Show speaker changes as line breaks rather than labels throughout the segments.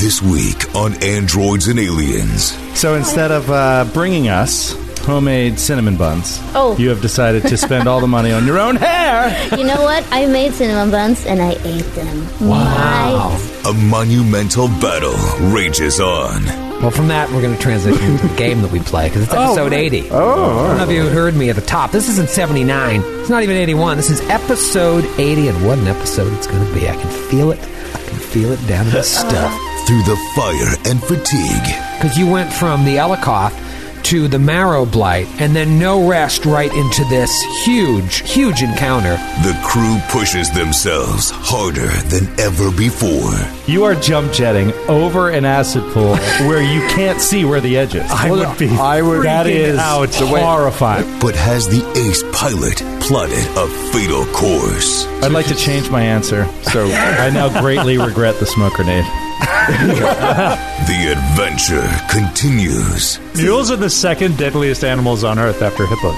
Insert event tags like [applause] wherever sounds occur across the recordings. This week on Androids and Aliens.
So instead of uh, bringing us homemade cinnamon buns,
Oh.
you have decided to spend all the money on your own hair.
You know what? I made cinnamon buns and I ate them. Wow.
A monumental battle rages on.
Well, from that, we're going to transition into [laughs] the game that we play because it's episode 80. Oh, I don't know if you heard me at the top. This isn't 79. It's not even 81. This is episode 80, and what an episode it's going to be. I can feel it. I can feel it down in [laughs] the stuff.
Through the fire and fatigue,
Because you went from the Elikoth to the Marrow Blight, and then no rest right into this huge, huge encounter.
the crew pushes themselves harder than ever before.
You are jump jetting over an acid pool where you can't see where the edge is. I
would be
I would. That
freaking
is
out the way-
horrifying.
But has the ace pilot plotted a fatal course?
I'd like to change my answer. So I now greatly regret the smoke grenade.
The adventure continues.
Mules are the second deadliest animals on Earth after hippos.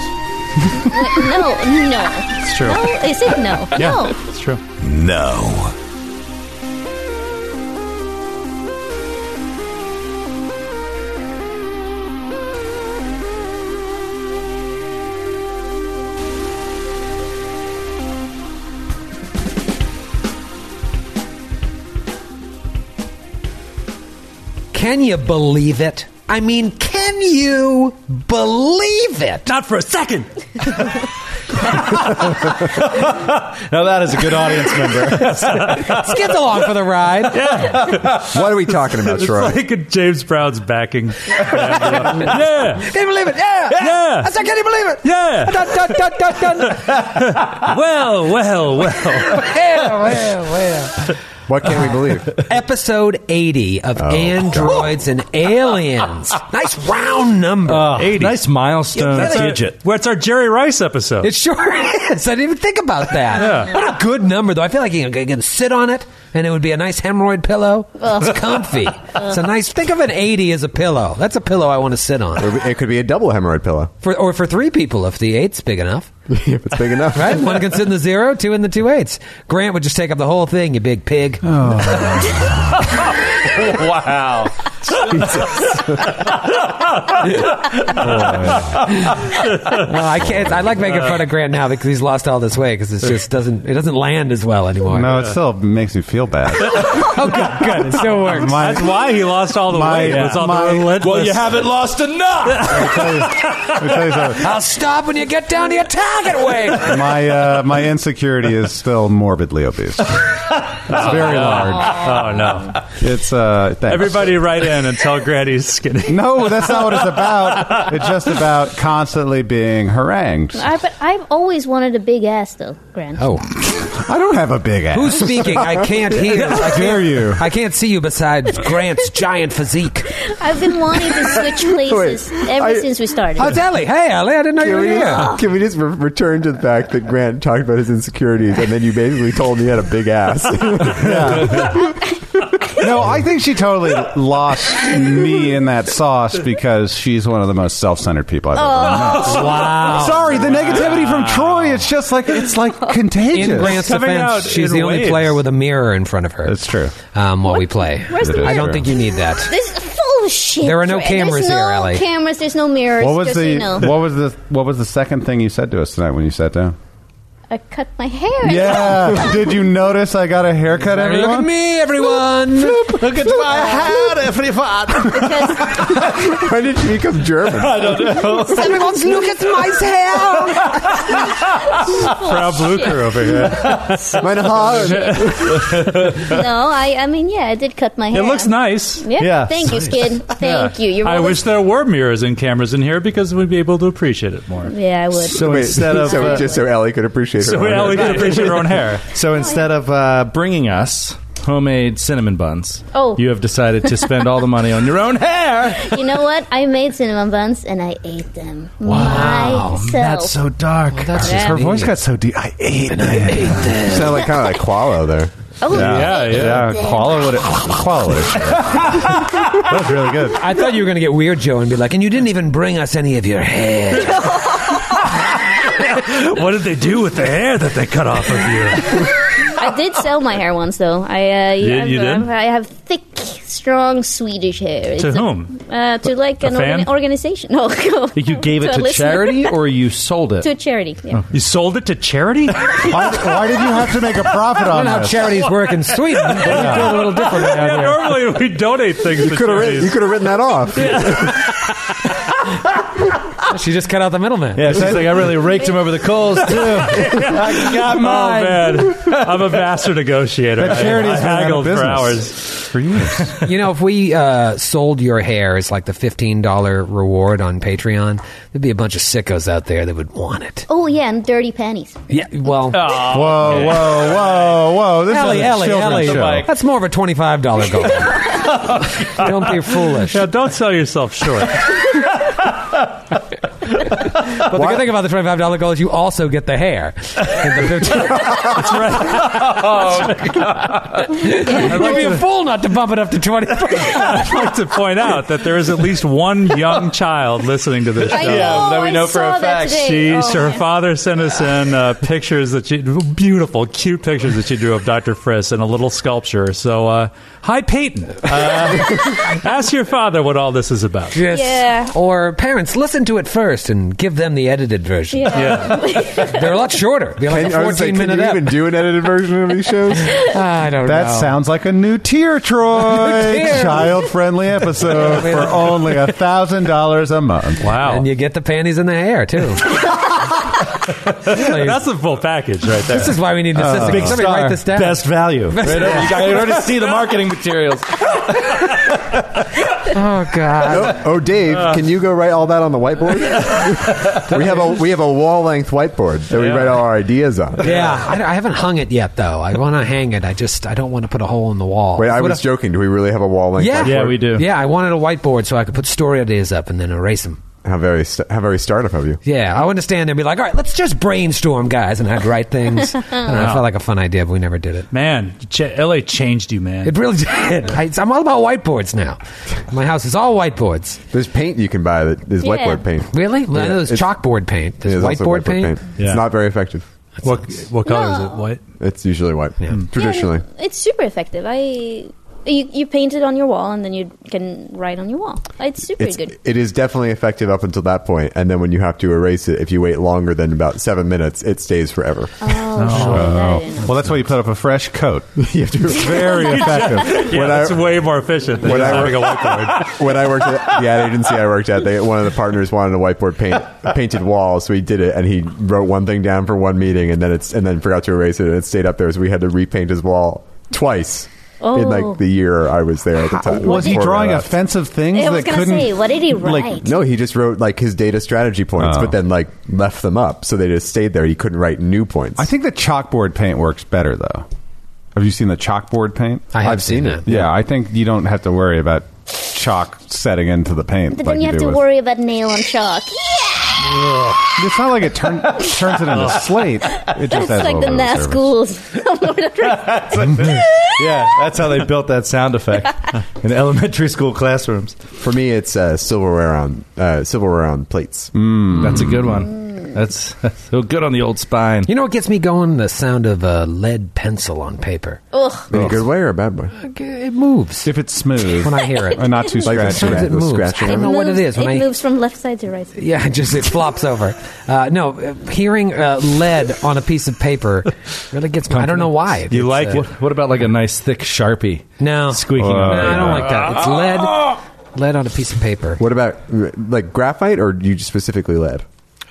No, no. It's
true.
No, is it no? Oh, No.
it's true.
Now.
Can you believe it? I mean, can you believe it?
Not for
[laughs]
a second.
Now that is a good audience member.
Skids along for the [laughs] ride.
What are we talking about, Troy?
Like a James Brown's backing. yeah,
Can you believe it? Yeah!
Yeah.
I said, can you believe it?
yeah.
[laughs] Dun, dun, dun, dun,
[laughs]
dun.
Well, well, well.
Yeah, well, well.
what can we believe? Oh,
Episode 80 of Androids and Aliens.
[laughs]
Nice [laughs] round number.
Oh.
Nice milestone
Yeah, that's a-
digit.
Well, it's our Jerry Rice episode.
it sure is. I didn't even think about that. What a good number, though. I feel like you can, you can sit on it, and it would be a nice hemorrhoid pillow. It's
[laughs]
comfy. It's a nice. Think of an eighty as a pillow. That's a pillow I want to sit on,
It could be a double hemorrhoid pillow [laughs]
for, or for three people if the eight's big enough.
if it's big enough.
Right? One can sit in the zero, two in the two eights. Grant would just take up the whole thing, you big pig. [laughs]
Wow.
Well, I can't. I like making fun of Grant now because he's lost all this weight because it just doesn't. It doesn't land as well anymore.
No, it still makes me feel bad.
Oh, good, good. It still works.
That's why he lost all the
My-
weight. was on
my-
the relentless.
Well, you
haven't lost enough.
Let me tell you something.
I'll stop when you get down to your target weight.
My uh, my insecurity is still morbidly obese. It's very
[laughs]
large.
oh no!
It's uh. Thanks.
Everybody, write in and tell Granny's skinny.
No, that's not what it's about. It's just about constantly being harangued.
I, but I've always wanted a big ass, though, Grant.
Oh,
I don't have a big ass.
who's speaking? I can't hear. I can't,
dare you?
I can't see you besides Grant's giant physique.
I've been wanting to switch places ever
I-
since we started.
Oh, it's Ellie. Hey, Ellie. I didn't know you
Can
were
we,
here.
just, [laughs] can we just re- return to the fact that Grant talked about his insecurities and then you basically told me he had a big
[laughs]
ass?
No, I think she totally lost me in that sauce because she's one of the most self-centered people I've ever met.
Wow.
Sorry, the negativity from Troy. It's just like it's like contagious.
Oh. In Grant's
coming out
defense, she's
in
the only
waves.
player with a mirror in front of her.
It's true.
Um, while we play,
Where's the
It is
I don't
true.
think you need that.
This is bullshit.
There are no
Grant. there's
cameras here,
no
Ellie.
cameras. There's no mirrors.
What was
just
the
so you know.
what was the what was the second thing you said to us tonight when you
[laughs]
sat down?
I cut my hair.
Yeah. Did you notice I got a
Look at
haircut, everyone?
me, everyone.
Look at my hat, everyone. [laughs]
Why did you become German?
Everyone's look at my hair.
Frau Blucher
[laughs]
over here.
Mein Haar.
No, I. I mean, yeah, I did cut my
It
hair.
looks nice.
Yeah.
Yeah.
Thank you, Skid. Thank you. You're
I
really-
wish there were mirrors and cameras in here because we'd be able to appreciate it more.
Yeah, I would.
[laughs] So instead of
so
uh,
just so Ellie could appreciate her.
So
own
yeah, we
hair.
can appreciate our own hair.
[laughs] So instead of uh, bringing us homemade cinnamon buns,
Oh.
you have decided to spend all the money on your own hair.
you know what? I made cinnamon buns and I ate them. Wow. Myself.
That's so dark.
that's
Yeah.
Her voice got so deep. I ate it.
You sound like kind of like Qualo there.
oh,
Yeah, yeah.
Uh, Yeah, Koala would Koala [laughs] would That was really good.
I thought you were going to get weird, Joe, and be like, and you didn't even bring us any of your hair.
What did they do with the hair that they cut off of you?
I did sell my hair once, though. I uh,
You-
I've-
you did?
I've- I have thick, strong Swedish hair. It's
To
a-
whom?
Uh, to like
A
an organ-
fan?
organization. No, [laughs]
[laughs] You gave it
a
to,
listener.
charity or you sold [laughs] it?
[laughs] to a charity. Yeah.
You sold it to charity?
Why, why did you have to make a profit
I
on
don't know how
this?
charities work in Sweden. but we do it a little different down
[laughs] Yeah,
here.
normally we donate things to
Could have written, you
charities.
could have written that off.
She just cut out the middleman.
yeah, she's like, I really raked him over the coals, too. [laughs] I got
Oh
mine.
man, I'm a master negotiator.
But
I-
charities
I
been out of
haggled for
business.
hours.
For years.
You know, if we uh, sold your hair as like the fifteen dollar reward on Patreon, there'd be a bunch of sickos out there that would want it. Oh,
Oh yeah, and dirty panties.
Yeah, well,
Aw.
Whoa, whoa, whoa, whoa. This
Ellie,
is a
Ellie, Ellie,
children's show.
that's more of a twenty-five dollar goal. Don't be foolish.
Now, don't sell yourself short. [laughs]
But the good thing about the twenty-five dollar goal is you also get the hair. [laughs] And the 15 You'd be a fool not to bump it up to twenty.
I'd like to point out that there is at least one young child listening to this show.
I know.
that we
I
know for
saw
a fact.
that today.
She,
[laughs] Oh,
her
man.
father sent us in uh, pictures that she, beautiful, cute pictures that she drew of Dr. Friss and a little sculpture. So, uh, hi, Peyton. Uh, [laughs] ask your father what all this is about.
Yes.
Yeah.
Or parents, listen to it first and give them the edited version.
Yeah.
[laughs] They're a lot shorter. They're like
And
a
I was like, can
fourteen-minute
you
ep.
even do an edited version of these
[laughs]
shows?
I don't
That
know.
sounds like a new tier, Troy.
tier.
Child-friendly episode [laughs] for only a thousand dollars a month.
Wow. [laughs]
And you get the panties and the hair too.
That's the full package right
[laughs]
there.
this is why we need an assistant.
Big
Somebody write
star.
this down.
Best value.
Right up. You got- you already see
[laughs]
the marketing materials.
Oh God.
Oh, oh, Dave, can you go write all that on the whiteboard? we have a we have a wall length whiteboard that we
Yeah.
write all our ideas on.
Yeah, I, I haven't hung it yet though. I want to hang it. I just I don't want to put a hole in the wall.
Wait, I
What
was
a-
joking. Do we really have a wall length?
Yeah.
whiteboard?
yeah, we do.
Yeah, I wanted a whiteboard so I could put story ideas up and then erase them.
How very st- how very startup of you.
Yeah, I understand. They'd be like, "All right, let's just brainstorm, guys," and I'd write
[laughs]
things. I don't know. It felt like a fun idea, but we never did it.
Man, Ch- LA changed you, man.
It really [laughs] did. I, I'm all about whiteboards now. My house is all whiteboards.
There's paint you can buy that is
Yeah.
whiteboard paint.
Really? Well, I know there's
It's-
chalkboard paint. There's
It is also
whiteboard, paint.
Yeah.
It's not very effective.
what, what color is it?
No.
White?
It's usually white. mm,
Yeah,
Traditionally.
no, it's super effective. I you, you paint it on your wall and then you can write on your wall. It's super
It's,
good.
it is definitely effective up until that point, and then when you have to erase it, if you wait longer than about seven minutes, it stays forever. [laughs]
Oh,
Well, that's why you put up a fresh coat. you have to be
[laughs]
very effective.
Yeah,
When I-
that's way more efficient than
when
just
I-
having a whiteboard.
[laughs] when I worked at the ad agency I worked at, they, one of the partners wanted a whiteboard paint, a painted wall, so he did it, and he wrote one thing down for one meeting, and then it's and then forgot to erase it, and it stayed up there, so we had to repaint his wall twice in
Oh.
like the year I was there at the time.
Was he
Before
drawing
I left.
offensive things
I
that
was gonna
couldn't?
say, what did he
like,
write?
No, he just wrote like his data strategy points,
Oh.
but then like left them up, so they just stayed there. He couldn't write new points.
I think the chalkboard paint works better though. Have you seen the chalkboard paint?
I have
I've
seen
seen
that.
it.
Yeah, I think you don't have to worry about chalk setting into the paint.
But
like
then you have
do
to
with-
worry about nail and chalk.
It's not like
[laughs]
it turn, turns it into slate. It
That's
just has a
like
little
the
bit of
NAS
service.
schools.
Yeah, that's how they built that sound effect in elementary school classrooms.
For me, it's uh, silverware on uh, silverware on plates.
Mm.
That's a good one.
Mm.
That's, that's so good on the old spine.
You know what gets me going? The sound of a lead pencil on paper.
[laughs] Ugh.
In a good way or a bad way?
It moves
If it's smooth
when I hear
[laughs]
it.
and not too
Like the
scratchy.
Sometimes
Yeah,
it
those
moves. I
scratching
don't know what it
moves-
is. When I,
moves from left side to right side.
yeah, [laughs] it just it flops over. Uh, no, uh, hearing uh, lead on a piece of paper really gets me. I don't know why.
You like
It's, uh,
what, what about like a nice thick sharpie?
No,
squeaking.
No,
on
I
paper?
don't like that. It's lead, lead on a piece of paper.
What about like graphite or you just specifically lead?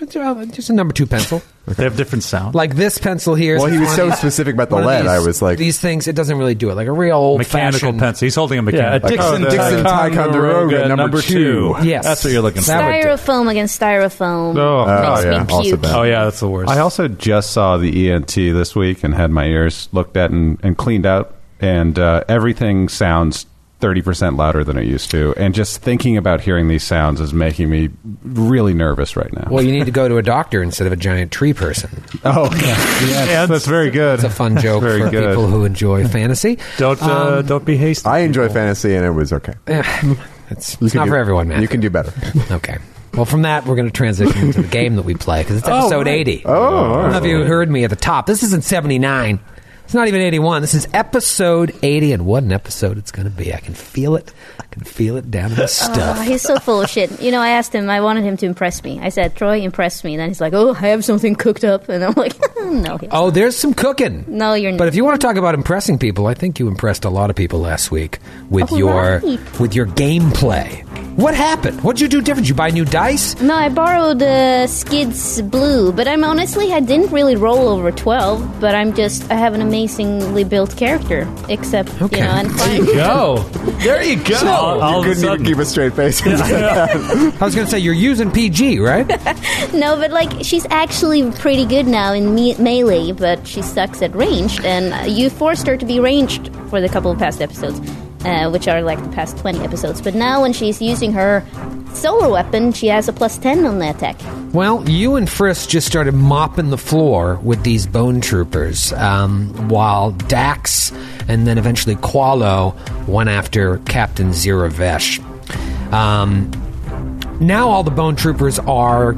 Just a number two pencil,
They have different sound.
like this pencil here. is
Well, he was
one
so
of these-
specific about the
one of
lead.
these-
I was like,
these things. It doesn't really do it. Like a real old
mechanical
fashioned-
pencil. He's holding a
Yeah, a
mechanical.
Dixon,
Oh, the
Dixon Ticonderoga, number, two.
Yes.
that's what you're looking for.
That would do.
Styrofoam against styrofoam.
Oh.
oh
Makes me
yeah, also
puke.
bad.
oh yeah, that's the worst.
I also just saw the ENT this week and had my ears looked at and, and cleaned out, and uh, everything sounds. 30% louder than it used to. And just thinking about hearing these sounds is making me really nervous right now.
Well, you need to go to a doctor instead of a giant tree person.
[laughs] oh, yeah. Yes, that's very good.
It's a
[laughs]
fun joke
very
for
good.
people who enjoy fantasy.
don't uh,
Um,
don't be hasty.
I enjoy fantasy and it was okay.
It's,
You
it's
can
not
do-
for everyone, man.
You can do better.
[laughs] Okay. Well, from that, we're going to transition to the
[laughs] Oh,
game that we play because it's episode 80. Oh, I don't know if you heard me at the top. This isn't 79. It's not even 81. This is episode 80, and what an episode it's going to be. I can feel it. I can feel it down in the
Oh,
stuff.
he's so full of shit. You know, I asked him, I wanted him to impress me. I said, Troy, impress me. And then he's like, oh, I have something cooked up. And I'm like, [laughs] no. he-
Oh, there's some cooking.
No, you're
But
not.
if you want to talk about impressing people, I think you impressed a lot of people last week with
Oh,
your
right.
with your gameplay. What happened? What'd you do different? You buy new dice?
No, I borrowed uh, Skid's blue, but I'm honestly I didn't really roll over twelve. But I'm just I have an amazingly built character, except
Okay.
you know, and
Go.
There you go.
all, all of a
Couldn't even
sudden,
keep a straight face.
[laughs]
I was going to say you're using PG, right?
no, but like she's actually pretty good now in me- melee, but she sucks at ranged, and uh, you forced her to be ranged for the couple of past episodes. Uh, which are like the past 20 episodes. But now, when she's using her solar weapon, she has a plus 10 on the attack.
Well, you and Frisk just started mopping the floor with these bone troopers, um, while Dax and then eventually Qualo went after Captain Ziravesh. Um, now all the bone troopers are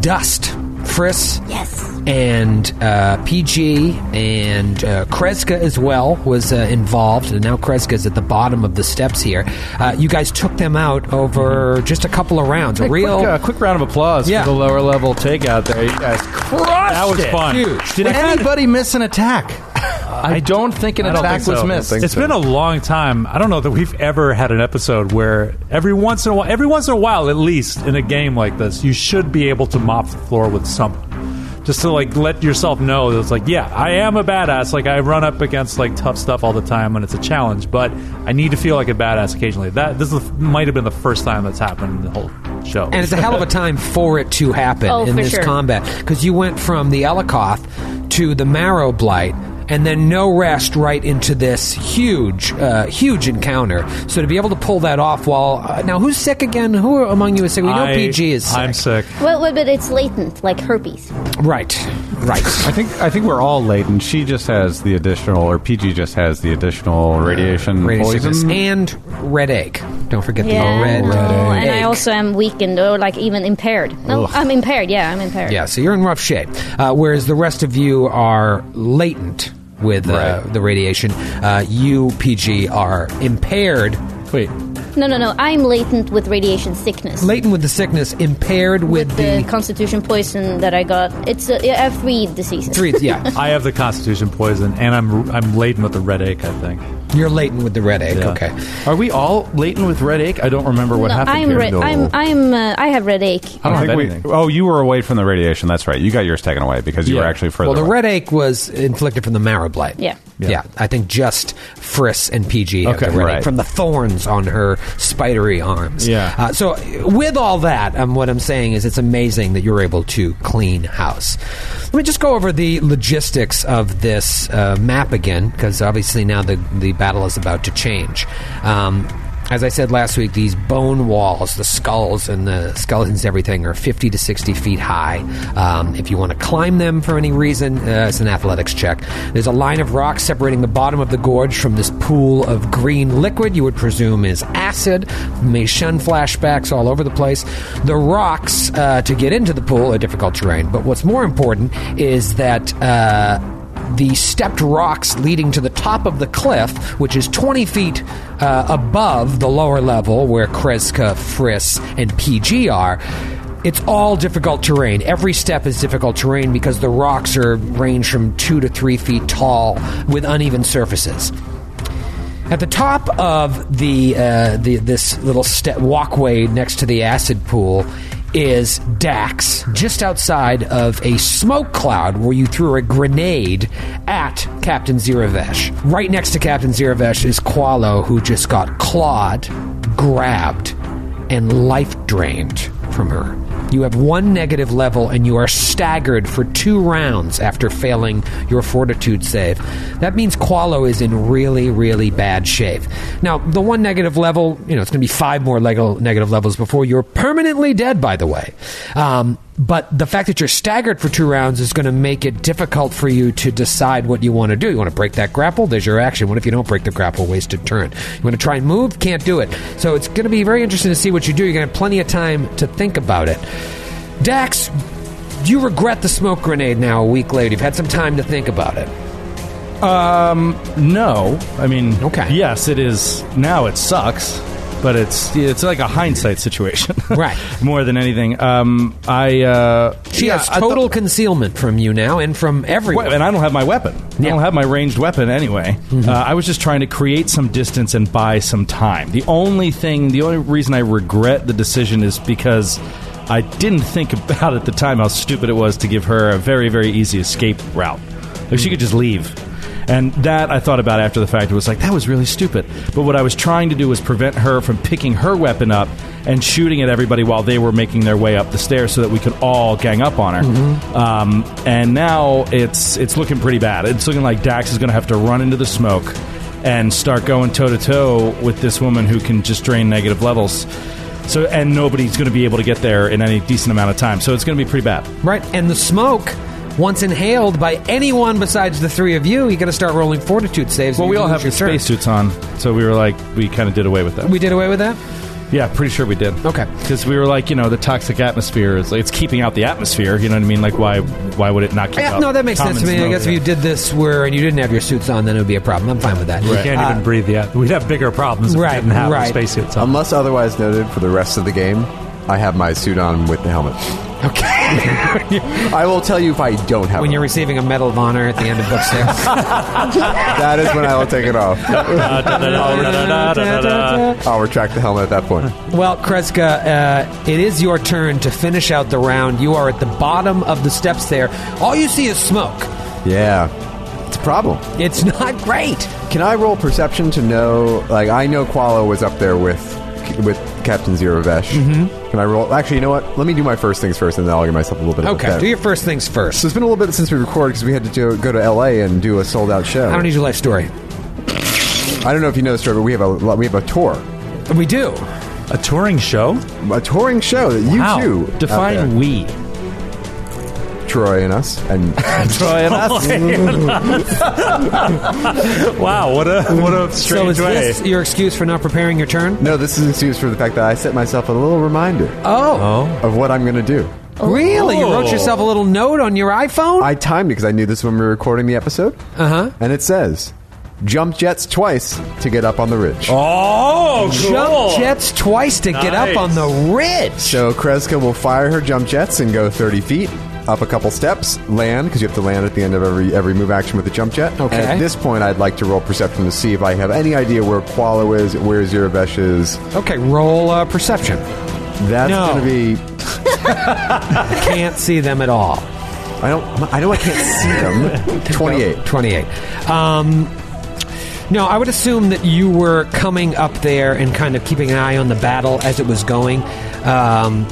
dust. Frisk
Yes.
and uh, PG and uh, Kreska as well was uh, involved, and now Kreska's at the bottom of the steps here. Uh, you guys took them out over just a couple of rounds. a real
Quick, uh, quick round of applause
Yeah.
for the lower level takeout there. You guys crushed
that was
it.
fun.
Huge.
Did anybody miss an attack? I don't think an
don't
attack
think so.
was
I don't
missed.
think
It's been a long time. I don't know that we've ever had an episode where every once in a while, every once in a while, at least in a game like this, you should be able to mop the floor with something. Just to like let yourself know that it's like, yeah, I am a badass. Like I run up against like tough stuff all the time and it's a challenge, but I need to feel like a badass occasionally. That this is, might have been the first time that's happened in the whole show.
And it's a hell of a time for it to happen
Oh,
in
for
this
sure.
combat because you went from the Elikoth to the Marrow Blight. And then no rest right into this huge, uh, huge encounter. So to be able to pull that off while uh, now who's sick again? Who among you is sick? We know
I-
PG is sick.
I'm sick.
Well, well, but it's latent, like herpes.
Right,
I
right.
think I think we're all latent. She just has the additional, or PG just has the additional radiation
Radiation
poison.
sickness. and red egg. Don't forget the Oh, red,
no,
egg.
Oh, and I also am weakened or like even impaired. No, I'm impaired. Yeah, I'm impaired.
Yeah, so you're in rough shape. Uh, whereas the rest of you are latent with uh, the radiation. Uh, you, PG, are impaired. Wait.
No, no, no. I'm latent with radiation sickness.
Latent with the sickness, impaired with,
with the, constitution poison that I got. It's a, yeah, I have three diseases.
three.
[laughs]
Yeah,
I have the Constitution poison, and I'm I'm laden with the red ache. I think.
you're latent with the red egg.
Yeah.
Okay.
Are we all latent with red ache? I don't remember what
no,
happened
I'm,
here.
re- I'm I'm uh, I have red ache.
I don't
I
have
think we-
anything.
oh, you were away from the radiation. That's right. You got yours taken away because you
Yeah.
were actually further.
Well, the
away.
red egg was inflicted from the marrow blight.
Yeah.
yeah, I think just Friss and PG have
Okay,
the red egg
right.
from the thorns on her spidery arms.
Yeah.
Uh, so with all that, um, what I'm saying is it's amazing that you're able to clean house. Let me just go over the logistics of this uh, map again, because obviously now the the battle is about to change. Um, as I said last week, these bone walls, the skulls and the skeletons, and everything are 50 to 60 feet high. Um, if you want to climb them for any reason, uh, it's an athletics check. There's a line of rocks separating the bottom of the gorge from this pool of green liquid you would presume is acid. May shun flashbacks all over the place. The rocks uh, to get into the pool are difficult terrain, but what's more important is that. Uh, the stepped rocks leading to the top of the cliff, which is 20 feet uh, above the lower level where Kreska, Friss, and PG are. It's all difficult terrain. Every step is difficult terrain because the rocks are range from two to three feet tall with uneven surfaces. At the top of the, uh, the this little step walkway next to the acid pool is Dax, just outside of a smoke cloud where you threw a grenade at Captain Ziravesh. Right next to Captain Ziravesh is Qualo, who just got clawed, grabbed, and life drained from her. You have one negative level and you are staggered for two rounds after failing your fortitude save. That means Qualo is in really, really bad shape. Now, the one negative level, you know, it's going to be five more leg- negative levels before you're permanently dead, by the way. Um, but the fact that you're staggered for two rounds is going to make it difficult for you to decide what you want to do. You want to break that grapple? There's your action. What if you don't break the grapple? Wasted turn. You want to try and move? Can't do it. So it's going to be very interesting to see what you do. You're going to have plenty of time to think about it. Dax, you regret the smoke grenade now a week later. You've had some time to think about it.
Um, no. I mean,
Okay.
Yes, it is. Now it sucks, but it's it's like a hindsight situation, [laughs]
Right.
More than anything. Um, I uh,
She
yeah,
has
I
total
thought-
concealment from you now and from everyone.
Well, and I don't have my weapon.
Yeah.
I don't have my ranged weapon anyway. Uh, I was just trying to create some distance and buy some time. The only thing, the only reason I regret the decision is because I didn't think about at the time how stupid it was to give her a very, very easy escape route. Like she could just leave. And that I thought about after the fact. It was like, that was really stupid. But what I was trying to do was prevent her from picking her weapon up and shooting at everybody while they were making their way up the stairs so that we could all gang up on her. Um, and now it's, it's looking pretty bad. It's looking like Dax is going to have to run into the smoke and start going toe to toe with this woman who can just drain negative levels. So, and nobody's going to be able to get there in any decent amount of time. So it's going to be pretty bad.
Right, and the smoke, once inhaled by anyone besides the three of you, you got to start rolling fortitude saves.
Well,
and
we
you
all
lose
have
your
the
turn.
spacesuits on, so we were like, we kind of did away with that.
We did away with that.
Yeah, pretty sure we did.
Okay.
because we were like, you know, the toxic atmosphere is like, it's keeping out the atmosphere. You know what I mean? Like, why why would it not keep
Yeah,
out?
no, that makes sense to
common
me. I
smoke?
guess if you did this where and you didn't have your suits on, then it would be a problem. I'm fine with that.
We can't even breathe yet. We'd have bigger [laughs] problems if
Right,
we didn't have
right.
our spacesuits on.
[laughs] Unless otherwise noted for the rest of the game, I have my suit on with the helmet.
Uh, Okay. [laughs]
I will tell you if I don't have
when
it
you're
on.
receiving a Medal of Honor at the end of book six.
That is when I will take
[laughs]
it off. I'll retract the helmet at that point.
Well, Kreska, uh, it is your turn to finish out the round. You are at the bottom of the steps there. All you see is smoke.
Yeah. It's a problem.
It's [laughs] not great.
Can I roll perception to know? Like, I know Qualo was up there with with Captain Zero Vesh. Mm-hmm. Can I roll? Actually, you know what? Let me do my first things first, and then I'll give myself a little bit of a
Okay,
fed.
do your first things first.
So it's been a little bit since we recorded because we had to do, go to LA and do a sold out show.
I don't need your life story.
I don't know if you know, sir, but we have a we have a tour,
We do.
A touring show?
a touring show that you
Wow.
two out
Define
there,
we.
Troy and us
[laughs]
and
Troy and us.
Wow, what a what
so
a strange
is
way.
this your excuse for not preparing your turn?
no, this is an excuse for the fact that I set myself a little reminder
Oh,
of what I'm going to do.
really? You wrote yourself a little note on your iPhone?
I timed it because I knew this when we were recording the episode. Uh
Uh-huh.
And it says, "Jump jets twice to get up on the ridge."
Oh, cool.
Jump jets twice to get up
Nice.
on the ridge.
So Kreska will fire her jump jets and go 30 feet up a couple steps, land because you have to land at the end of every every move action with a jump jet.
Okay.
And at this point, I'd like to roll perception to see if I have any idea where Qualo is, where Zerovesh is.
Okay, roll uh, perception.
That's
No.
going to be.
[laughs] Can't see them at all.
I don't. I know I can't see
[laughs]
them. 28.
28. Um, no, I would assume that you were coming up there and kind of keeping an eye on the battle as it was going. Um,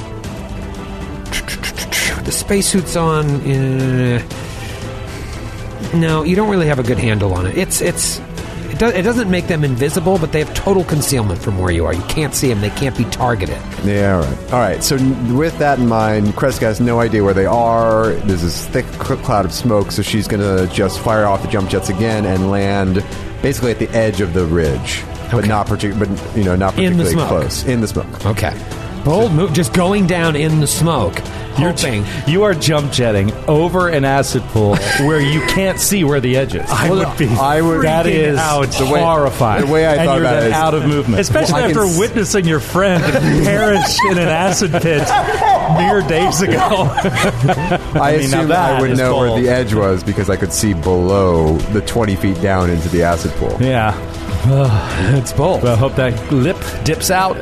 the spacesuit's on. Uh, no, you don't really have a good handle on it. It's it's. It, do, it doesn't make them invisible, but they have total concealment from where you are. You can't see them. They can't be targeted.
Yeah, all right. All right, so n- with that in mind, Kreska has no idea where they are. There's this thick cl- cloud of smoke, so she's going to just fire off the jump jets again and land basically at the edge of the ridge. But
Okay.
not partic- but you know, not
In the
particularly
smoke.
close. In the smoke.
Okay. Bold move. Just going down in the smoke. You're hoping.
You are jump jetting over an acid pool where you can't see where the edge is.
I would be
I would-
That
freaking
is
out.
The way-
horrifying.
the way I
and
thought
you're
about
then
it is-
out of movement.
Especially
Well, I can
after
s-
witnessing your friend perish in an acid pit mere days ago.
I,
mean, now
assumed
that
I would
is
know where
bold.
the edge was because I could see below the 20 feet down into the acid pool.
yeah.
It's bold.
But I hope that lip dips out.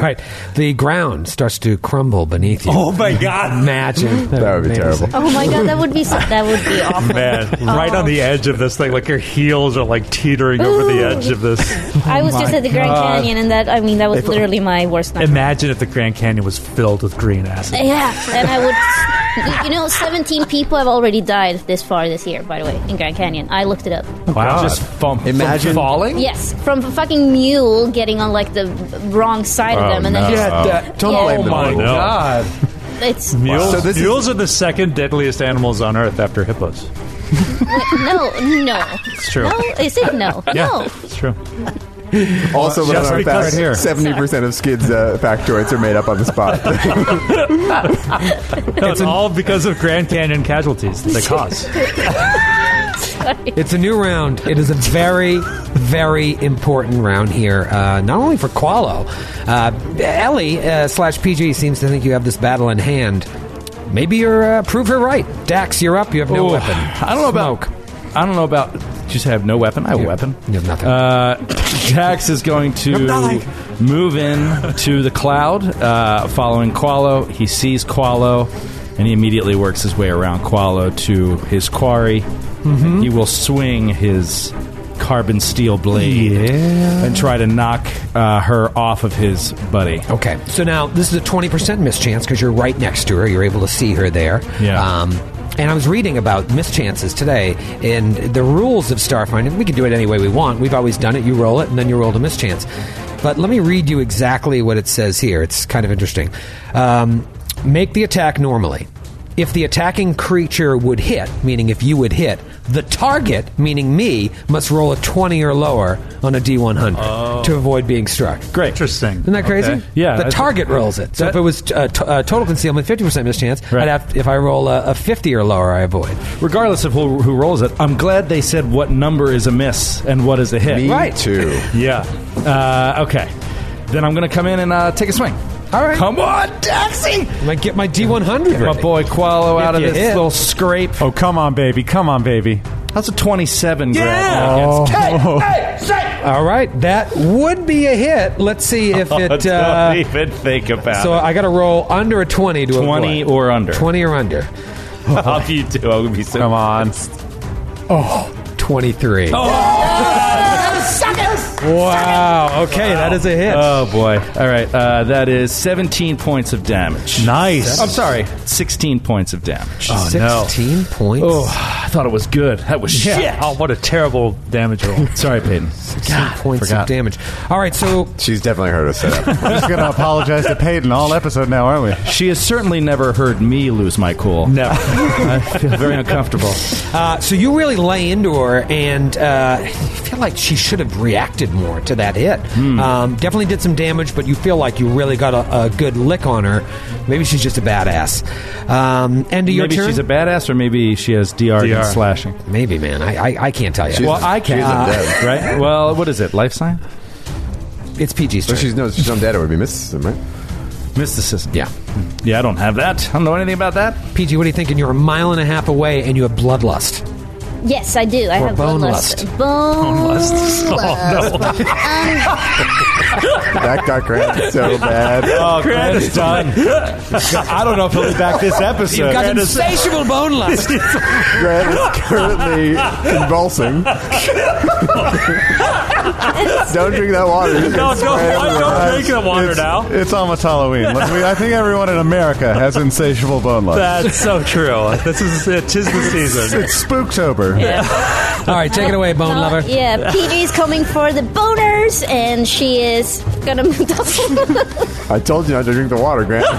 Right. The ground starts to crumble beneath you.
Oh my god.
Imagine.
That would be terrible.
[laughs] [laughs] Oh my god, that would be so, that would be awful.
Man, right on the edge of this thing, like your heels are like teetering over the
Ooh.
edge of this.
I was just at the Grand
God.
Canyon, and that I mean that was literally my worst nightmare.
[laughs] Imagine if the Grand Canyon was filled with green acid.
Yeah, and I would. you- You know, 17 people have already died this far this year, by the way, in Grand Canyon. I looked it up.
Wow.
Just fum- from
Imagine-
falling.
Yes, from a fucking mule getting on like the wrong side of them, and then just,
that,
Don't
Yeah.
blame
Oh
the
my
people.
God.
it's
Mules,
So this is-
mules are the second deadliest animals on Earth after hippos.
no, no,
It's true.
no. Is it no?
Yeah,
No.
it's true.
Also, let
Just
our
because- Right
fact,
here.
70% of Skid's uh, factoids are made up on the spot. [laughs]
[laughs]
No, it's all because of Grand Canyon casualties that they cause.
Sorry.
It's a new round. It is a very, very important round here. Uh, not only for Qualo, uh, Ellie uh, slash PG seems to think you have this battle in hand. Maybe you're uh, prove her right. Dax, you're up. You have no
Ooh,
weapon.
I don't know about. I don't know about. Just have no weapon. I have a weapon.
You have nothing.
Uh, Jax is going to move in to the cloud, uh, following Qualo. He sees Qualo, and he immediately works his way around Qualo to his quarry.
Mm-hmm.
He will swing his carbon steel blade and try to knock uh, her off of his buddy.
Okay, so now this is a twenty percent mischance because you're right next to her. You're able to see her there.
Yeah.
Um, and I was reading about mischances today, and the rules of Starfinder. We can do it any way we want. We've always done it. You roll it, and then you roll a mischance. But let me read you exactly what it says here. It's kind of interesting. Um, make the attack normally. If the attacking creature would hit, meaning if you would hit, the target, meaning me, must roll a 20 or lower on a D100 to avoid being struck.
Great.
Interesting.
Isn't that crazy?
Okay.
Yeah,
The
that's-
target rolls it. So if
that-
it was uh, t- uh, total concealment, 50% mischance,
Right.
I'd have, if I roll a, a 50 or lower, I avoid.
Regardless of who, who rolls it, I'm glad they said what number is a miss and what is a hit.
Me
Right.
too.
[laughs] Yeah. Uh, okay. Then I'm going to come in and uh, take a swing.
All right.
Come on, Daxie!
I might get my D100
My
ready.
boy Qualo out of
you
this
hit.
little scrape.
Oh, come on, baby. Come on, baby.
That's a 27
Oh.
grab.
All right. That would be a hit.
[laughs]
Let's see if it...
Don't
Uh,
even think about
so
it.
I got to roll under a 20 to
20
avoid.
or under.
20 or under.
How do you do? I'm gonna be so
Come on.
23.
Oh,
Wow. Okay, that is a hit.
Oh, boy. All right. Uh, that is 17 points of damage.
Nice.
I'm sorry. 16 points of damage.
Oh,
16 points.
Oh, I thought it was good. That was shit.
Oh, what a terrible damage roll.
[laughs] Sorry, Peyton.
16 points of damage. All right, so
She's definitely heard us set up.
We're just gonna apologize to Peyton all episode now, aren't we?
She has certainly never heard me lose my cool. [laughs]
Never.
I feel very uncomfortable.
Uh, so you really lay into her, and uh, I feel like she should have reacted more to that hit. Um, definitely did some damage, but you feel like you really got a, a good lick on her. Maybe she's just a badass. Um, end of your
maybe
turn.
she's a badass, or maybe she has DR,
DR.
and slashing.
Maybe, man. I, I, I can't tell you.
She's-
Well, I can.
She's undead.
[laughs] right? Well, what is it? Life sign?
it's PG's
So
turn.
she's no, she's undead. It would be mysticism, right?
Mysticism.
yeah.
Yeah, I don't have that. I don't know anything about that.
PG, what are you thinking? You're a mile and a half away, and you have bloodlust.
Yes, I do. I
Or
have
bone
bone lust. Bone lust.
That got Grant so bad.
Oh, Grant is
[laughs]
done. I don't know if he'll be back this episode.
Got insatiable bone lust.
Grant is currently convulsing. don't drink that water.
No, no, I don't drink the water
it's,
now.
It's almost Halloween. Let me- I think everyone in America has insatiable bone lust.
That's so true. This is it. Tis the season.
it's Spooktober.
All right, take it away, bone
Uh,
lover.
Yeah,
[laughs]
PG's coming for the boners, and she is gonna [laughs] move
[laughs]
up.
I told you not to drink the water, Grant. [laughs]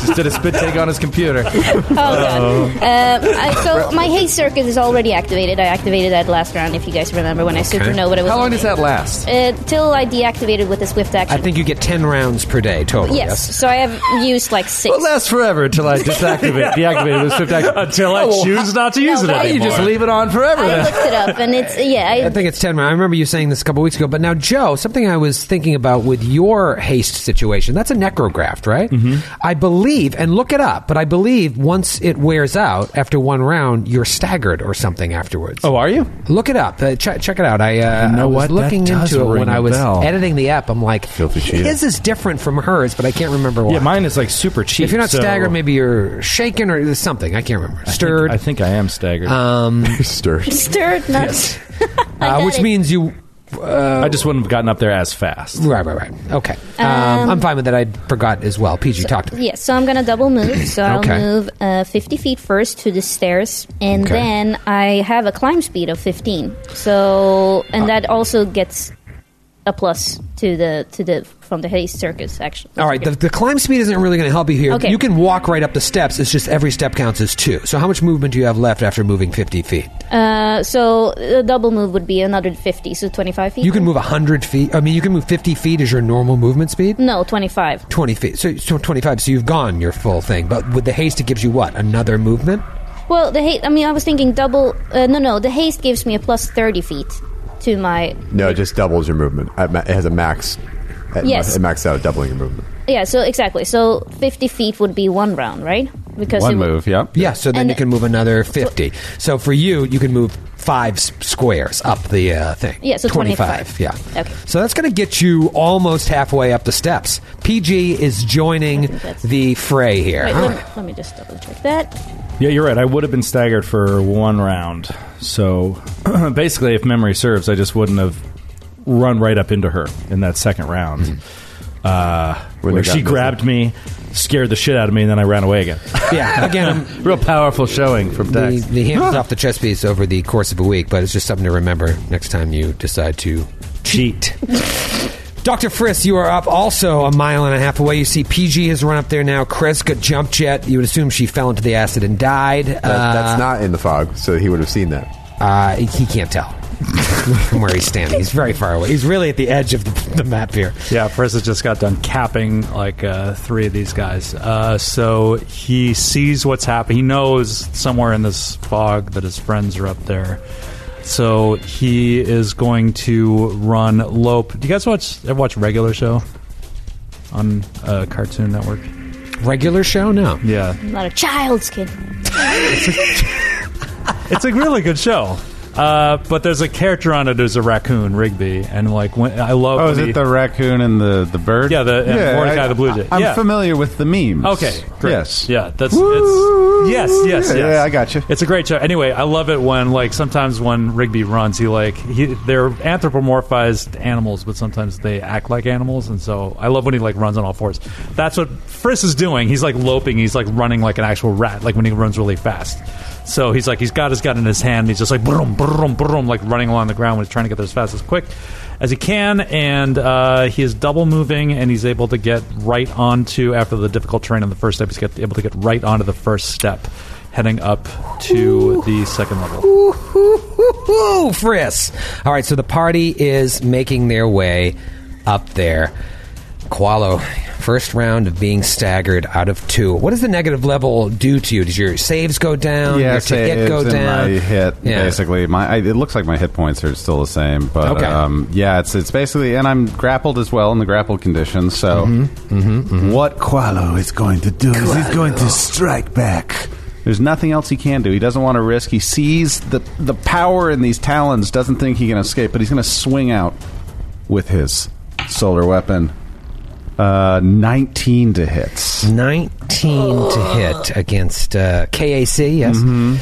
Just did a spit take on his computer.
Oh, God. Um, I, so my haste circuit is already activated. I activated that last round, if you guys remember when I supernova it was.
How long
on.
does that last?
Uh, till I deactivated with a swift
I
action.
think you get 10 rounds per day total.
yes. So I have used like six.
It lasts forever until I deactivate, [laughs] deactivate with Swift Action.
Until I choose not to use it
now
anymore.
Oh. You just leave it on forever.
I
then.
looked it up, and it's yeah.
[laughs]
I,
I think it's 10 rounds. I remember you saying this a couple weeks ago. But now, Joe, something I was thinking about with your haste situation, that's a necrograft, right?
Mm-hmm.
I believe, and look it up, but I believe once it wears out after one round, you're staggered or something afterwards.
Oh, are you?
Look it up. Uh, check, check it out. I, uh,
know
I was
what? That
looking
does
into it when
ring
I
a
was
bell.
editing the app. I'm like,
Filthy cheater.
his is different from hers, but I can't remember why.
Yeah, mine is like super cheap.
if you're not
so-
staggered, maybe you're shaken or something. I can't remember. Stirred.
I think I am staggered.
Stirred.
stirred nuts.
uh,
got
which
it.
means you
I just wouldn't have gotten up there as fast.
Right, right, right. Okay. Um, I'm fine with that. I forgot as well. PG, talked. talk to me.
Yes, so I'm gonna double
[clears throat]
move. So I'll
Okay.
move uh, 50 feet first to the stairs, and
Okay.
then I have a climb speed of 15. So and
Uh.
that also gets a plus to the to the from the haste circus action.
All right, the, the climb speed isn't really going to help you here.
Okay.
You can walk right up the steps. It's just every step counts as two. So how much movement do you have left after moving 50 feet?
Uh, so the double move would be another 50, so 25 feet.
You can move 100 feet. I mean, you can move 50 feet as your normal movement speed.
No, 25.
20 feet. So, so 25. So you've gone your full thing. But with the haste, it gives you what? Another movement?
Well, the haste. I mean, I was thinking double. Uh, no, no. The haste gives me a plus thirty feet to my.
No, it just doubles your movement. At ma- It has a max. It
Yes.
ma- It maxes out at doubling your movement.
Yeah. So exactly. So fifty feet would be one round, right? Because
One
it would-
move, yep.
Yeah, so then
And-
you can move another 50. So for you, you can move five s- squares up the uh, thing.
Yeah, so 25.
Yeah.
Okay.
So that's going to get you almost halfway up the steps. PG is joining
That's-
the fray here.
Wait,
All
let,
right.
me, let me just double check that.
Yeah, you're right. I would have been staggered for one round. So [clears throat] basically, if memory serves, I just wouldn't have run right up into her in that second round. Uh,
Wouldn't
where
have
she
gotten
grabbed me, scared the shit out of me, and then I ran away again.
[laughs] Yeah,
[laughs]
again,
[laughs] Real powerful showing from
the,
Dex.
the hands off the chess piece over the course of a week, but it's just something to remember next time you decide to
[laughs]
Cheat.
Dr. Friss, you are up also a mile and a half away. You see PG has run up there now. Kreska jump jet. You would assume she fell into the acid and died.
That, that's not in the fog, so he would have seen that.
Uh, he can't tell [laughs] from where he's standing. He's very far away. He's really at the edge of the, the map here.
Yeah, Frizz has just got done capping like uh, three of these guys. Uh, so he sees what's happening. He knows somewhere in this fog that his friends are up there. So he is going to run Lope. Do you guys watch ever watch regular show on uh, Cartoon Network?
Regular show? No.
Yeah,
I'm not a child's kid.
it's a really good show. Uh, but there's a character on it who's a raccoon, Rigby, and like when I love.
Oh,
when
is
he-
it the raccoon and the, the bird?
Yeah, the- and Mordecai the Blue Jay.
I'm
Yeah.
familiar with the memes.
Okay. Great.
Yes.
Yeah. That's
Woo!
it's yes, yes, yes.
Yeah, I gotcha.
It's a great show. Anyway, I love it when like sometimes when Rigby runs, he like he they're anthropomorphized animals, but sometimes they act like animals, and so I love when he like runs on all fours. That's what Friss is doing. He's like loping. He's like running like an actual rat, like when he runs really fast. So he's like he's got his gun in his hand. And he's just like brum brum brum, like running along the ground when he's trying to get there as fast as quick as he can, and uh, he is double moving, and he's able to get right onto after the difficult terrain on the first step. He's get, able to get right onto the first step, heading up to the second level.
Woo-hoo-hoo, Friss. All right, so the party is making their way up there. Qualo, first round of being staggered out of two. What does the negative level do to you? Does your saves go down?
Yeah,
your
say
ticket go
it's in
down?
my hit
Yeah.
basically. My I, it looks like my hit points are still the same, but
Okay.
um, yeah, it's it's basically, and I'm grappled as well in the grapple condition. So, what Qualo is going to do is he's going to strike back. There's nothing else he can do. He doesn't want to risk. He sees the the power in these talons. Doesn't think he can escape, but he's going to swing out with his solar weapon. Uh, 19 to hits.
19 to hit against uh, KAC, yes.
Mm-hmm.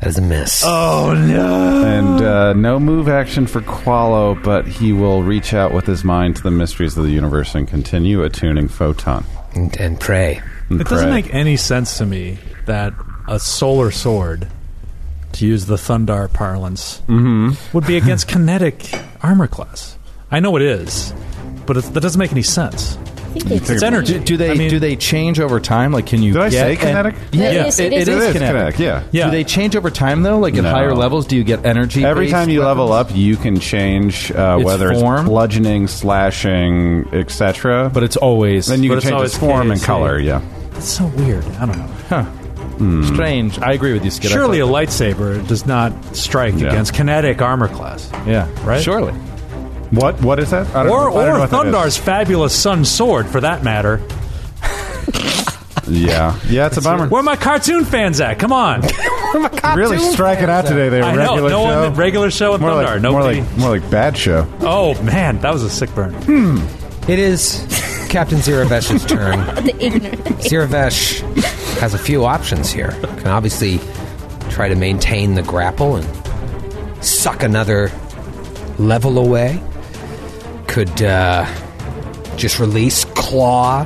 That is a miss.
Oh. And uh, no move action for Qualo, but he will reach out with his mind to the mysteries of the universe and continue attuning Photon.
And, and pray.
And
It doesn't
pray.
make any sense to me that a solar sword, to use the Thundar parlance, would be against kinetic armor class. I know it is, but it's, that doesn't make any sense.
I think it's,
It's
energy.
Do, do they
I mean-
do they change over time? Like, can you?
Did I
get
say
an-
kinetic?
yeah,
It is- it
it
is
is,
It's
kinetic.
kinetic, yeah.
Yeah.
Do they change over time though? Like at
No.
higher levels, do you get energy?
Every time you level up, you can change uh,
Its
whether
form?
it's bludgeoning, slashing, etc.
but it's always
then you
but
can
it's
change
always
its form and
KAC.
color. Yeah,
It's so weird. I don't know.
strange. I agree with you, Skid. I
Surely a
thought-
lightsaber does not strike
Yeah.
against kinetic armor class.
yeah,
Right?
Surely.
what what is that? I don't
Or,
know- I don't
or
know what that is.
Thundar's fabulous sun sword, for that matter.
Yeah, yeah, it's a bummer.
Where are my cartoon fans at? Come on.
really striking out today, there.
I know.
regular
No
show.
one, regular show and
more
Thundar.
like, more
Nobody.
like more like bad show.
oh, man. That was a sick burn.
It is Captain Ziravesh's turn.
[laughs] the ignorant.
Ziravesh has a few options here. Can obviously try to maintain the grapple and suck another level away. Could uh, just release Claw,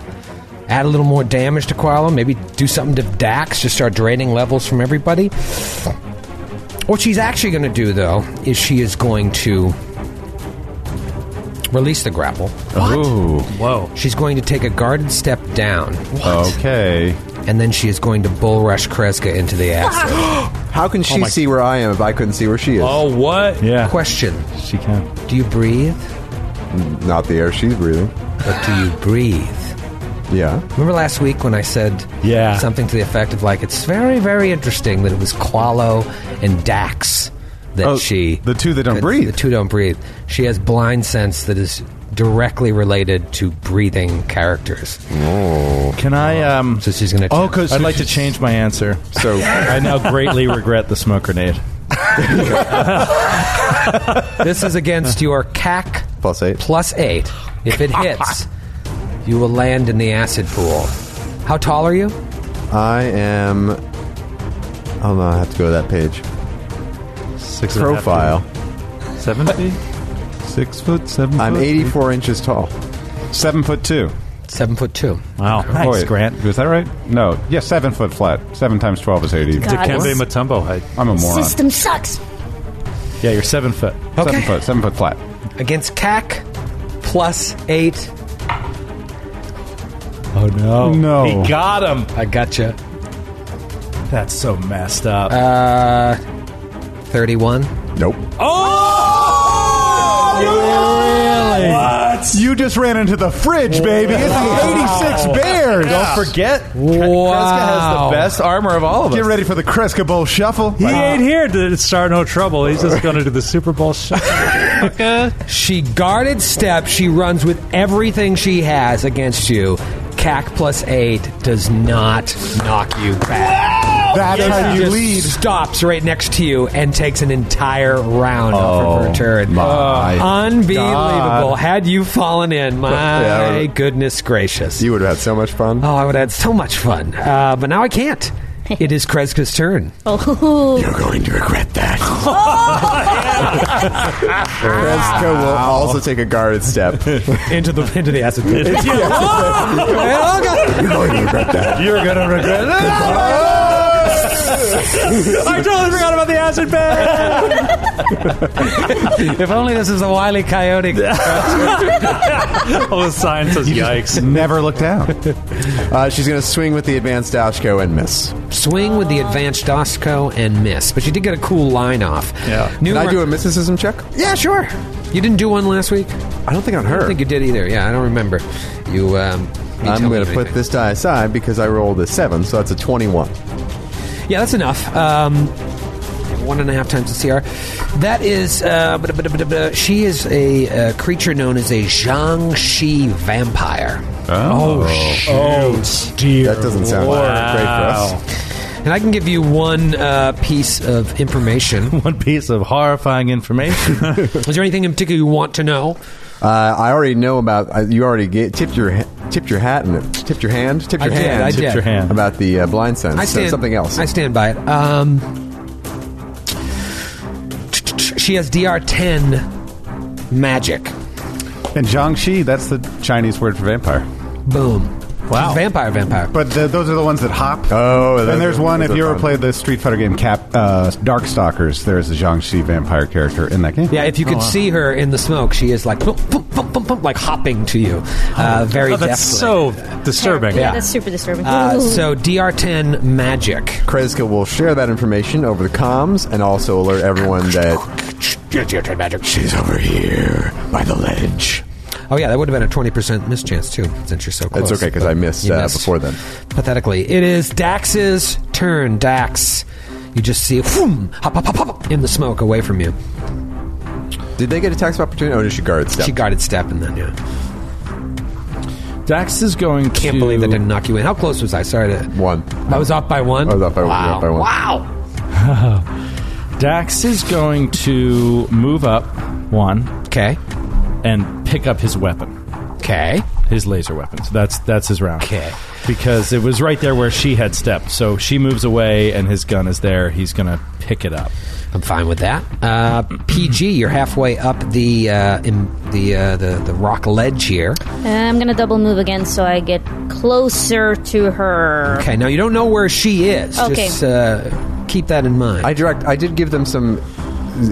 add a little more damage to Qualo, maybe do something to Dax, just start draining levels from everybody. What she's actually going to do, though, is she is going to release the grapple.
Ooh.
Whoa.
She's going to take a guarded step down,
Okay.
and then she is going to bull rush Kreska into the
[laughs]
acid.
How can she see where I am if I couldn't see where she is?
Oh, what?
Yeah,
Question
she can.
Do you breathe?
Not the air she's breathing.
But do you breathe?
Yeah.
Remember last week when I said
Yeah.
something to the effect of like it's very very interesting that it was Qualo and Dax that
Oh,
she
the two that don't
that-
breathe.
the two don't breathe she has blind sense that is directly related to breathing characters
Can I? Um,
so she's gonna
oh, because I'd like to change my answer.
So
I now greatly regret the smoke grenade.
[laughs] this is against your CAC
plus eight.
plus eight if it hits you will land in the acid pool how tall are you
I am. Hold on, I have to go to that page.
Six and a half
Profile.
feet. Seven feet?
Six foot, seven.
I'm
foot,
84 inches tall.
Seven foot two.
seven foot two
Wow.
Nice, Grant.
Is that right? No. Yeah, seven foot flat. Seven times twelve is eighty.
God.
Dikembe Matumbo height.
I'm a moron.
System sucks.
Yeah, you're seven foot.
Seven foot. Seven foot flat.
against CAC plus eight
Oh no!
No.
he got him.
I gotcha
That's so messed up.
uh 31
Nope.
Oh,
You just ran into the fridge, baby. It's the 86 Bears. Don't
Forget
Wow.
Kreska has the best armor of all of us.
Get ready for the Kreska Bowl shuffle.
He ain't here to start no trouble. He's just going to do the Super Bowl shot.
She guarded step. She runs with everything she has against you. CAC plus eight does not knock you back.
That's how
She
you
just
lead.
Stops right next to you and takes an entire round off
Oh,
of her turn.
my
Unbelievable!
God.
Had you fallen in, my
Yeah.
goodness gracious!
You would have had so much fun.
oh, I would have had so much fun, uh, but now I can't. It is Kreska's
[laughs]
turn.
Oh,
You're going to regret [laughs] that. Kreska will also take a guarded step. [laughs] You're
into the into the acid.
[laughs]
Oh, God.
going to regret [laughs] that.
You're gonna regret it.
[laughs] I totally forgot about the acid bag.
if only this is a wily coyote.
All the sign says yikes.
Never look down.
Uh, she's going to swing with the advanced Dashko and miss.
Swing with the advanced Dosco and miss, but you did get a cool line off.
Yeah.
New
Can I
rec-
do a mysticism check?
Yeah, sure. You didn't do one last week.
I don't think on
I
her.
don't think you did either. Yeah, I don't remember. You. Um, you
I'm
tell me
going to
if
put
anything.
this die aside because I rolled a seven, so that's a 21.
Yeah, that's enough. Um, one and a half times the CR. That is. Uh, bada- bada- bada- bada. she is a uh, creature known as a Zhangshi vampire.
Oh,
oh,
That doesn't sound great for us.
And I can give you one uh, piece
[laughs]
of information.
One piece of horrifying information. [laughs]
is there anything in particular you want to know?
Uh, I already know about uh, you. Already get, tipped your ha- tipped your hat and tipped your hand, tipped
I
your
did,
hand,
I Tipped did. your
hand.
about the uh, blind sense.
I stand
so something else.
I stand by it. Um, she has DR ten magic.
and Zhangxi, that's the Chinese word for vampire.
Boom. Wow. vampire, vampire.
But the, those are the ones that hop.
Oh, those
and there's
are-
one.
those
If
are
you ever
fun.
played the Street Fighter game Cap uh, Darkstalkers, there's a Zhangxi vampire character in that game.
yeah, if you could see her in the smoke, she is like pum, pum, pum, pum, pum, like hopping to you, uh, very
Oh,
deftly.
that's so disturbing.
Yeah.
[laughs] That's super disturbing.
Uh, so DR ten magic.
Kreska will share that information over the comms and also alert everyone that
DR ten magic.
she's over here by the ledge.
Oh yeah, that would have been a twenty percent mischance too, since you're so close.
That's okay because
But
I missed,
you
uh, before then.
Pathetically, it is Dax's turn. Dax, you just see whoom, hop, hop, hop, hop, in the smoke away from you.
Did they get a tax opportunity? Oh, no, she guards stuff.
She guarded step and then yeah.
Dax is going.
Can't
to,
believe that didn't knock you in. How close was I? Sorry to
One.
I was off by one.
I was off by one,
wow.
you were off by one.
Wow.
Dax is going to move up one
Okay.
and pick up his weapon,
Okay.
his laser weapon. So that's that's his round.
Okay.
Because it was right there where she had stepped. So she moves away and his gun is there. He's gonna pick it
[laughs]
up.
I'm fine with that. Uh, PG, you're halfway up the uh, in the, uh, the the rock ledge here.
Uh, I'm gonna double move again so I get closer to her.
Okay. Now you don't know where she is.
Okay.
Just uh, keep that in mind.
I direct. I did give them some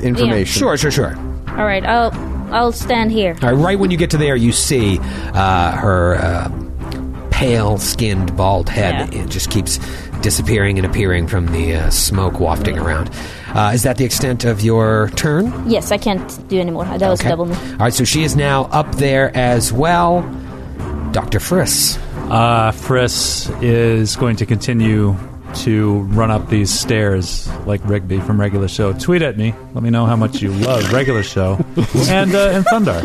information.
sure. Sure. Sure.
All right, I'll I'll stand here.
All right, right when you get to there, you see uh, her uh, pale skinned, bald head.
Yeah.
It just keeps disappearing and appearing from the uh, smoke wafting around. Uh, is that the extent of your turn?
Yes, I can't do anymore. That
[laughs]
was a double
All
move.
right, so she is now up there as well. Dr. Friss.
Uh, Friss is going to continue to run up these stairs like Rigby from Regular Show. Tweet at me. Let me know how much you love Regular Show and uh, and Thundar,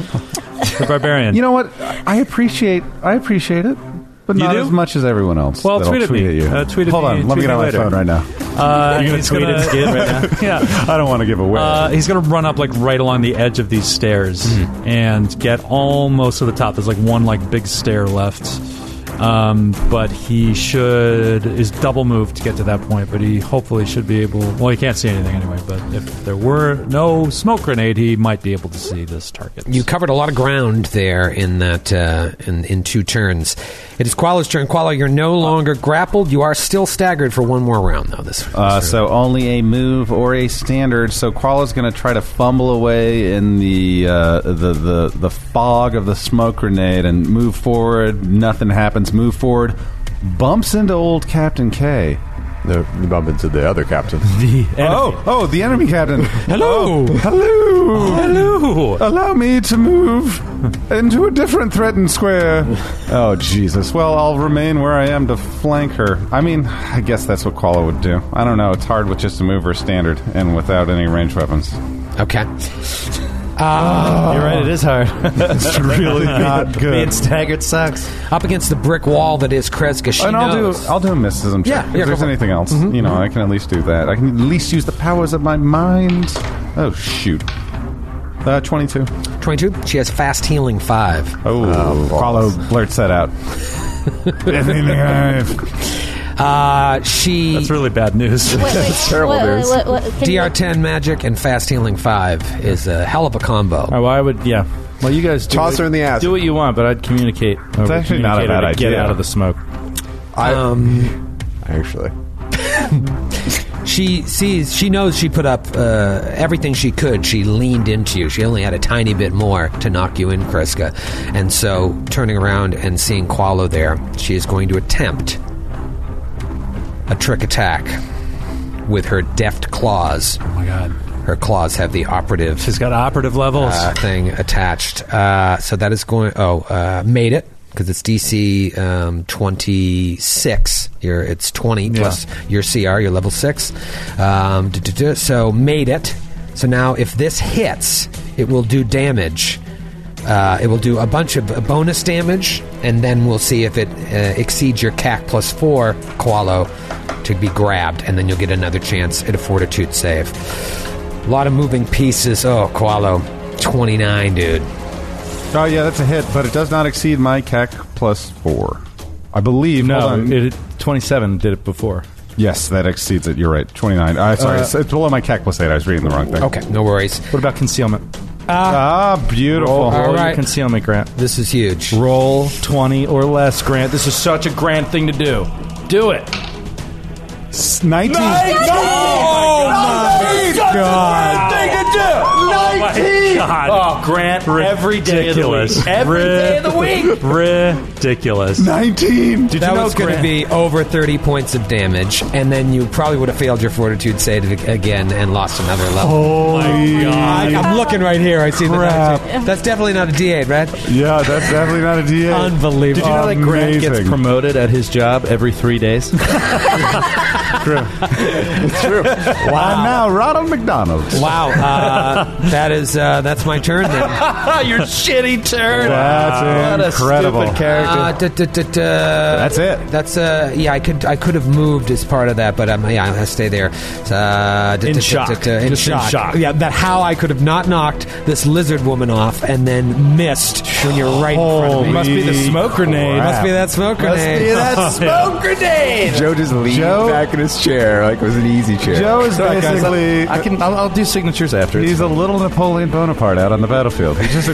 the Barbarian.
You know what? I appreciate I appreciate it, but
You
not
do?
as much as everyone else.
Well,
that'll
tweet at me.
you.
Uh, tweet at
Hold
me-
on,
tweet
let me get
me
on my
later.
phone right now.
uh, you're
tweet and skid right now?
[laughs] yeah.
I don't want to give away.
Uh, he's going to run up like right along the edge of these stairs and get almost to the top. There's like one like big stair left, um, but he should is double moved to get to that point. But he hopefully should be able. Well, he can't see anything anyway. But if there were no smoke grenade, he might be able to see this target.
You covered a lot of ground there in that uh, in, in two turns. It is Qualo's turn. Qualo, you're no longer grappled. You are still staggered for one more round, though. This, this
Uh,
round.
so only a move or a standard. So Quala's going to try to fumble away in the, uh, the the the fog of the smoke grenade and move forward. Nothing happens. Move forward. Bumps into old Captain K.
The, the bump into the other captain.
Oh, oh, the enemy [laughs] captain.
Hello.
Oh, hello,
Hello.
Allow me to move into a different threatened square. oh Jesus! Well, I'll remain where I am to flank her. I mean, I guess that's what Quala would do. I don't know. It's hard with just a move or a standard, and without any ranged weapons.
okay.
You're right. It is hard. it's [laughs] really
not good.
Being staggered sucks.
Up against the brick wall that is Kreska. She
and I'll
knows.
do I'll do a mysticism check.
Yeah,
if
yeah, go
there's
for it. Mm-hmm,
anything else, you know, I can at least do that. I can at least use the powers of my mind. Oh shoot. Uh, 22.
22. She has fast healing 5.
Oh, Follow blurts
[laughs]
that out.
Uh, she.
That's really bad news.
Wait, wait,
terrible
wait,
news.
wait, wait, wait, can you-
DR10 magic and fast healing 5 is a hell of a combo.
Oh, well, I would. Yeah. Well, you guys do
Toss
what-
her in the ass.
Do what you want, but I'd communicate. It's
actually not a bad
Get
idea.
out of the smoke.
I,
Um,
actually,
she sees, she knows she put up uh, everything she could. She leaned into you. She only had a tiny bit more to knock you in, Kreska. And so, turning around and seeing Qualo there, she is going to attempt a trick attack with her deft claws.
Oh my god.
Her claws have the operative
She's got operative levels.
uh, thing attached. Uh, so that is going. Oh, uh, made it because it's DC um, twenty six. Your it's twenty plus your CR. Your level six. Um, duh, duh, duh. so made it. So now if this hits, it will do damage. Uh, it will do a bunch of uh, bonus damage, and then we'll see if it uh, exceeds your CAC plus four, Koalo, to be grabbed, and then you'll get another chance at a fortitude save. A lot of moving pieces. Oh, Koalo, 29, dude.
oh, yeah, that's a hit, but it does not exceed my CAC plus four. I believe. hold
No,
on.
it, 27 did it before.
yes, that exceeds it. You're right. 29. Uh, sorry, it's it's below my CAC plus eight. I was reading the wrong thing.
Okay, no worries.
What about concealment?
Ah, beautiful.
All
Roll your
right.
concealment, Grant.
This is huge.
Roll 20 or less, Grant. This is such a Grant thing to do. Do it.
S- 19.
Oh,
Oh Oh god.
Grant, Oh. every day of the
Ridiculous.
week. Every day of the week.
Ridiculous.
19.
Did
That
you know
was going to
Grant-
be over 30 points of damage, and then you probably would have failed your fortitude save ag- again and lost another level.
Oh
my god.
I'm looking right here. I see the 19. That's definitely not a D8, [laughs] right?
Yeah, that's definitely not a D8.
Unbelievable.
Did you know that Grant gets
Amazing.
promoted at his job every three [laughs] days?
And now, Ronald McDonald.
Wow, uh, that is uh, that's my turn then.
Your shitty turn.
That's incredible.
Uh, duh, duh, duh, duh.
That's it.
That's uh, yeah. I could I could have moved as part of that, but um, yeah, I'm gonna stay there. Uh, duh,
In
duh, duh,
shock.
duh, duh, in
Just in
shock.
shock.
Yeah, that how I could have not knocked this lizard woman off and then missed when you're right in front of me.
must be the smoke grenade.
crap.
Must be that smoke grenade.
that
[laughs]
smoke grenade. Joe just leaned
Joe-
back in his chair like it was an easy chair.
Joe is
Sorry, guys,
basically.
I can. I'll, I'll do signatures after.
He's a little Napoleon Bonaparte out on the battlefield. He's just a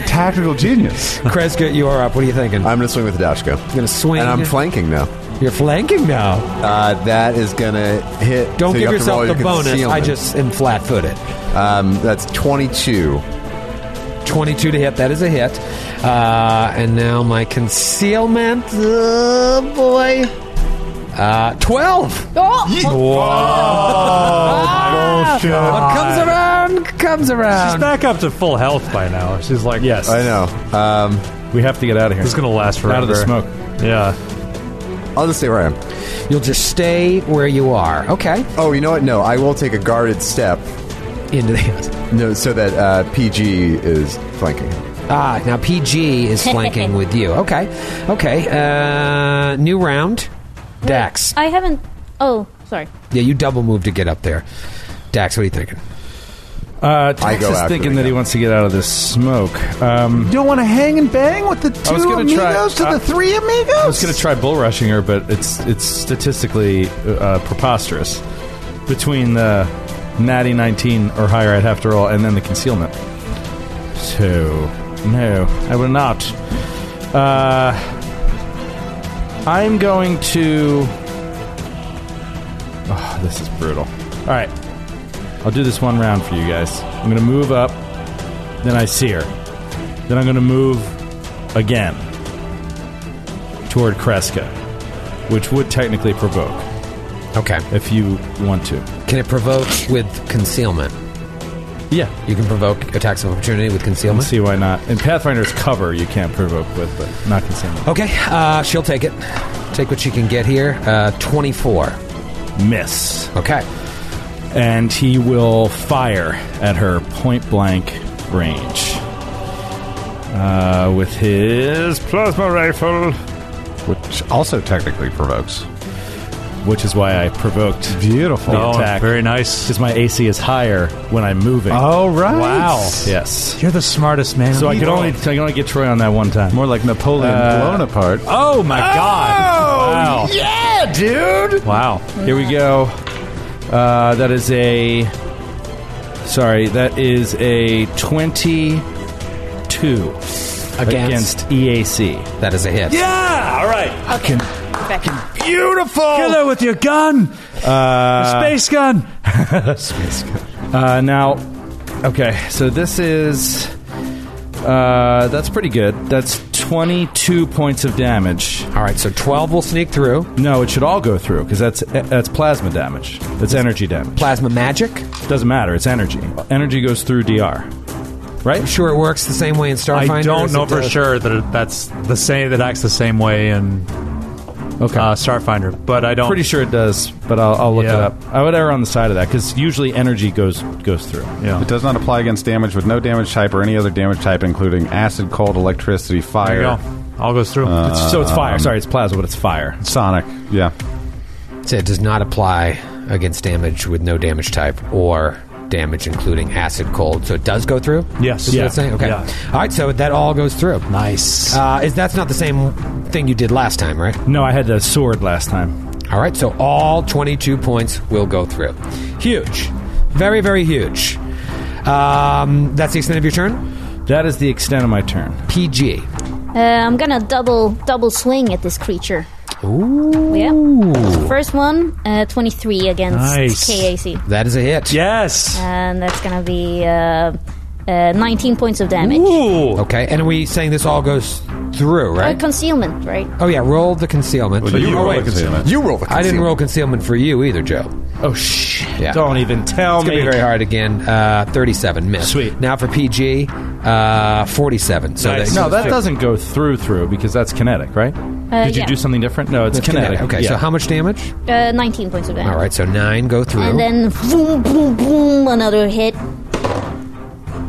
[laughs]
tactical genius.
Kreska, you are up. What are you thinking?
I'm gonna swing with the dashko.
gonna swing.
and I'm flanking now.
You're flanking now.
Uh, that is gonna hit.
Don't
so you
give
have to
yourself
roll
the
your
bonus. I
concealment.
just am flat footed.
um, that's twenty-two.
22 to hit. That is a hit. Uh, and now my concealment. Oh, boy. Uh, 12.
Oh!
Ah!
What comes around comes
She's
around.
back up to full health by now. She's like, yes,
I know. Uh,
we have to get out of here.
This is gonna last forever.
Out of the smoke.
Yeah.
I'll just stay where I am.
You'll just stay where you are. Okay.
Oh, you know what? No, I will take a guarded step.
Into the [laughs]
No, so that uh, PG is flanking.
ah. Now PG is flanking with you. Okay. Okay. Uh, new round. Dax.
I haven't. Oh, sorry.
Yeah, you double move to get up there. Dax, what are you thinking?
Uh, Tex
I go
is
after
thinking
it,
that he
yeah.
wants to get out of this smoke. Um,
You don't want to hang and bang with the two
I was gonna try-
amigos to
uh,
the three amigos?
I was going to try bull rushing her, but it's it's statistically uh, preposterous. Between the natty 19 or higher, I'd have to roll, and then the concealment. So, no, I will not. Uh, I'm going to. Oh, this is brutal. All right. I'll do this one round for you guys. I'm going to move up, then I see her. Then I'm going to move again toward Kreska, which would technically provoke
Okay.
if you want to.
Can it provoke with concealment?
Yeah.
You can provoke attacks of opportunity with
I
concealment.
see why not. And Pathfinder's cover you can't provoke with, but not concealment.
Okay, uh, she'll take it. Take what she can get here. Uh, 24.
Miss.
Okay.
And he will fire at her point blank range. Uh, with his plasma rifle,
which also technically provokes.
which is why I provoked.
Beautiful.
The attack.
very nice.
Because my AC is higher when I'm moving.
All right.
Wow.
Yes.
You're the smartest man.
So I can only I can only get Troy on that one time.
More like Napoleon blown apart.
Oh my god! Wow!
Oh, Yeah, dude.
Wow!
Here we go. Uh, that is a. Sorry, that is a 22 against, E EAC.
That is a hit.
Yeah! All right,
Perfect.
Beautiful.
kill her with your gun, uh, space gun.
Uh, now, okay, so this is. Uh, that's pretty good. That's 22 points of damage.
All right, so 12 will sneak through.
No, it should all go through because that's that's plasma damage. It's energy damage.
Plasma magic.
Doesn't matter. It's energy. Energy goes through DR.
I'm sure it works the same way in Starfinder.
I
as
don't know
it
for
does-
sure that it, that's the same. That acts the same way in
Okay.
uh, Starfinder, but I don't.
Pretty sure it does, but I'll, I'll look
Yeah.
it up. I would err on the side of that because usually energy goes goes through.
Yeah.
It does not apply against damage with no damage type or any other damage type, including acid, cold, electricity,
There you
fire,
go. All goes through. Uh,
It's- so it's fire. Sorry, it's plasma, but Um, it's fire.
sonic. Yeah.
So it does not apply against damage with no damage type or damage including acid, cold. So it does go through?
Yes.
Is what
Yeah.
it's saying? Okay.
Yeah.
All right, so that all goes through.
nice.
Uh, is That's not the same thing you did last time, right?
No, I had the sword last time.
All right, so all 22 points will go through. Huge. Very, very huge. Um, that's the extent of your turn?
That is the extent of my turn.
PG.
Uh, I'm gonna double double swing at this creature.
Ooh.
Yeah. First one, uh, 23 against
Nice.
KAC.
That is a hit.
yes.
And that's gonna be uh, uh, 19 points of damage.
Ooh.
Okay, and are we saying this all goes through,
Uh,
right?
concealment, right?
oh, yeah, roll the concealment.
you
oh,
roll
wait.
the concealment.
You roll. the
I didn't
concealment.
roll concealment for you either, Joe.
Oh shh!
Yeah.
Don't even tell
It's
me.
going to be very hard again. Uh, 37 miss.
Sweet.
Now for PG, uh, 47. So
Nice.
that-
No, that doesn't go through through because that's kinetic, right? Did you
Uh, yeah.
do something different? No, it's
that's
kinetic.
kinetic. Okay,
yeah.
so how much damage?
Uh, 19 points of damage.
All right, so nine go through.
And then boom, boom, boom, another hit.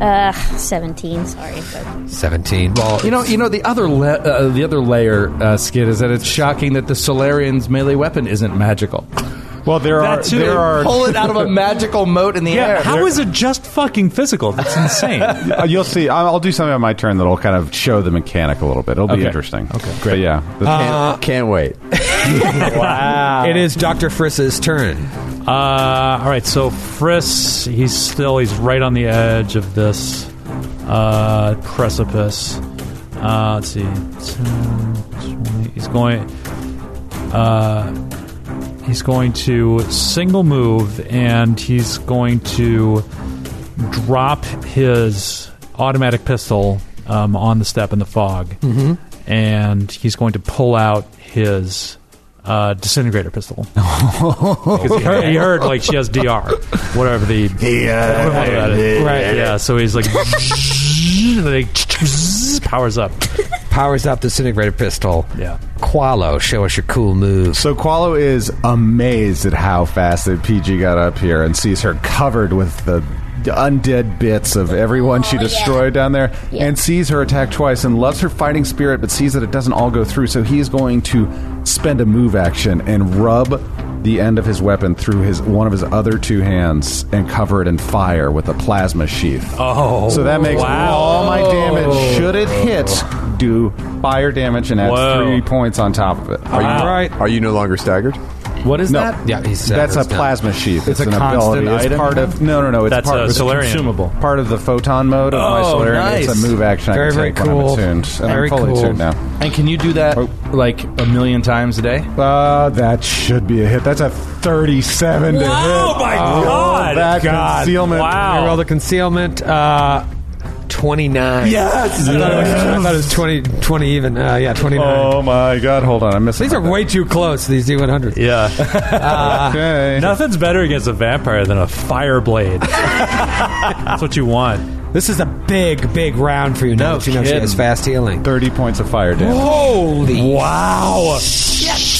Uh, 17, sorry.
Uh,
But
17. Well,
You know, you know the other la- uh, the other layer uh, skid is that it's shocking that the Solarian's melee weapon isn't magical.
Well, there
That
are
too.
there are
Pull it out of a [laughs] magical moat in the
Yeah.
air.
How is it just fucking physical? That's
[laughs]
insane.
Uh, you'll see. I'll, I'll do something on my turn that'll kind of show the mechanic a little bit. It'll be
Okay.
interesting. Okay, great. Uh, But yeah, the-
Can't, can't wait.
it is Dr. Friss's turn.
Uh, all right, so Friss, he's still he's right on the edge of this uh, precipice. Uh, let's see, 10, 20, he's going. Uh, he's going to single move, and he's going to drop his automatic pistol um, on the step in the fog, and he's going to pull out his uh, disintegrator pistol. [laughs] 'Cause he, heard, he heard, like she has DR, whatever the equivalent of [laughs] that is. Right. Yeah. So he's like, like powers up.
powers up disintegrator pistol.
Yeah.
Qualo, show us your cool moves.
So Qualo is amazed at how fast that PG got up here and sees her covered with the undead bits of everyone she
Oh, yeah.
destroyed down there
Yeah.
and sees her attack twice and loves her fighting spirit but sees that it doesn't all go through so he's going to spend a move action and rub the end of his weapon through his one of his other two hands and cover it in fire with a plasma sheath.
Oh,
So that makes
wow.
all my damage should it hit do fire damage and add
Whoa.
3 points on top of it.
Are you,
Wow.
are you no longer staggered?
What is
No,
that?
Yeah, he's
that's a
it's not-
plasma sheath. It's,
a
an
constant
ability. It's
item
part of no, no, no. It's
That's
part
a
of
Solarian.
Consumable.
part of the photon mode of my
Oh,
Solarium. It's
nice.
a move action.
Very,
I can
very
take when
cool.
I'm attuned, and
Very
I'm fully
cool.
tuned now.
And can you do that
Oh.
like a million times a day?
Uh, that should be a hit. That's a thirty-seven to hit.
Oh my God!
that
God.
concealment.
I rolled
Wow!
a concealment. Uh, 29.
Yes.
I thought, it was, I thought it was 20, 20 even. Uh, yeah, 29.
Oh my God! Hold on, I'm missing.
These are way too close, these D100s.
Yeah,
Okay.
nothing's better against a vampire than a fire blade. That's what you want.
This is a big, big round for you now
No
that you know she
kidding.
has fast healing.
Thirty points of fire damage.
Holy
Wow!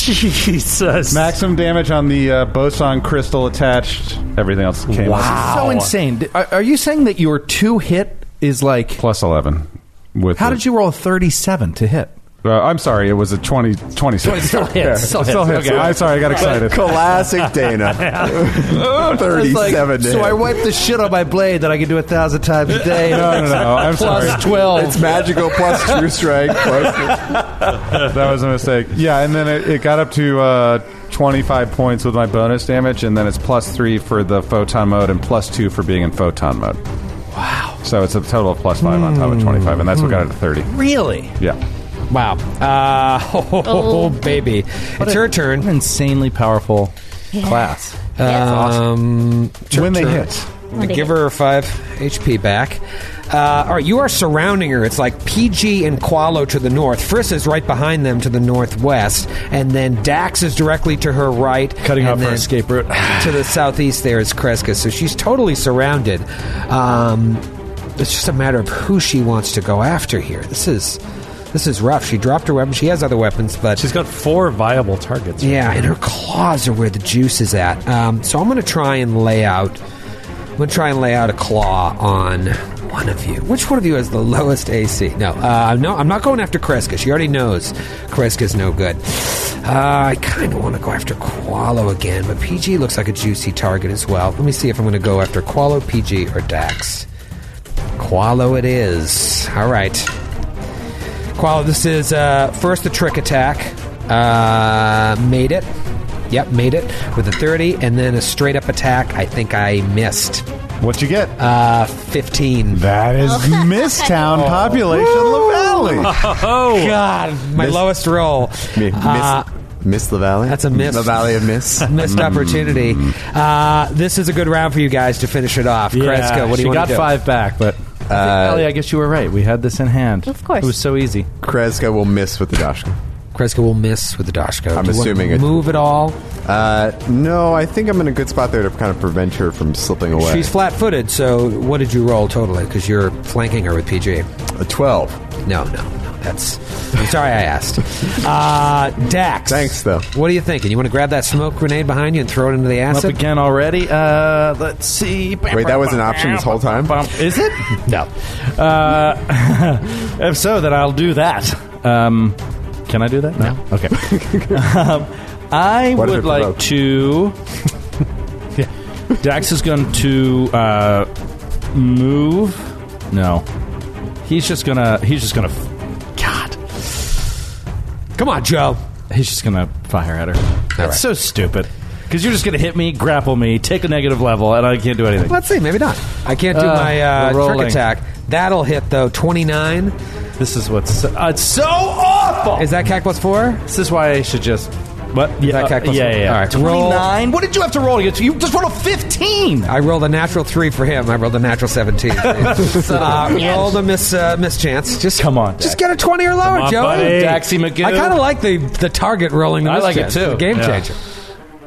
Jesus!
Maximum damage on the uh, boson crystal attached. Everything else came out.
So insane. D- Are, are you saying that your two hit is like?
plus eleven. With
How
the-
did you roll thirty-seven to hit?
Uh, I'm sorry, it was a 20, 26.
Still hits. Still
Still
hits.
hits. I'm sorry, I got excited.
Classic Dana.
It's like,
Thirty-seven. to
so I
hit.
wiped the shit on my blade that I could do a thousand times a day.
[laughs] No, no, no. I'm sorry.
Plus twelve.
It's magical plus true strike. Plus,
That was a mistake. Yeah, and then it, it got up to uh, 25 points with my bonus damage, and then it's plus three for the photon mode and plus two for being in photon mode. Wow. So it's a total of plus five on top of 25, and that's what got it to 30.
Hmm. really?
Yeah.
Wow. Uh, [laughs] oh, baby. It's her turn.
Insanely powerful class.
Yes.
Um,
when they
turn.
hit.
Well, they
give her 5 HP back. Uh, all right, you are surrounding her. It's like PG and Qualo to the north. Friss is right behind them to the northwest. And then Dax is directly to her right.
Cutting
and
off her
then
escape route. [sighs]
to the southeast there is Kreska. So she's totally surrounded. Um, it's just a matter of who she wants to go after here. This is. This is rough. She dropped her weapon. She has other weapons, but
She's got four viable targets.
yeah, and her claws are where the juice is at. Um, so I'm going to try and lay out. I'm going to try and lay out a claw on one of you. Which one of you has the [laughs] lowest AC? No, uh, no, I'm not going after Kreska. She already knows Kreska's no good. Uh, I kind of want to go after Qualo again, but PG looks like a juicy target as well. Let me see if I'm going to go after Qualo, PG, or Dax. Qualo it is. All right. Qualo, this is uh, first the trick attack. Uh, made it. Yep, made it with a 30, and then a straight up attack. I think I missed.
What you get?
Uh, 15.
that is [laughs] Mistown Population [laughs] Lavalley.
Oh,
God, my lowest roll.
miss,
Uh,
miss the valley.
that's a miss.
The valley of miss.
Missed opportunity. Uh, this is a good round for you guys to finish it off. Kreska, what
she
do you want
got
to do?
five back, but uh, Ellie, I guess you were right. We had this in hand.
Of course.
it was so easy.
Kreska will miss with the dashka.
Kreska will miss with the Dashko.
I'm
Do you want
assuming
to
it-
Move at all.
Uh, no, I think I'm in a good spot there to kind of prevent her from slipping away.
She's flat footed, so what did you roll totally? Because you're flanking her with PG.
a twelve.
No, no, no. That's. I'm sorry I asked. Uh, Dax.
Thanks, though.
What are you thinking? You want to grab that smoke grenade behind you and throw it into the
I'm up
acid?
again already. Uh, let's see.
Wait, that was an option this whole time.
Is
[laughs]
it?
No.
Uh, [laughs] if so, then I'll do that. Um, can I do that? No. Okay.
[laughs]
um, I
What if
would
it
like
provoked? [laughs]
to. Dax is going to uh, move. No, he's just gonna. He's just gonna. God,
Come on, Joe.
he's just gonna fire at her. That's
right.
so stupid. Because you're just gonna hit me, grapple me, take a negative level, and I can't do anything.
Let's see. Maybe not. I can't do
Uh,
my uh,
we're
trick
rolling.
attack. That'll hit, though. 29.
This is what's so, uh, it's so awful.
Is that CAC plus 4?
This is why I should just. What? Yeah,
that
uh,
calculus-
yeah, yeah, yeah.
All right, roll.
29. What did you have to roll? You you just rolled a 15.
I rolled a natural 3 for him. I rolled a natural 17. uh, rolled a miss, uh, mischance. Just
Come on,
Just get a 20 or lower,
Come on,
Joe.
buddy.
Daxy McGoo.
I kind of like the, the target rolling the
I like it,
mischance.
too.
The game
Yeah.
changer.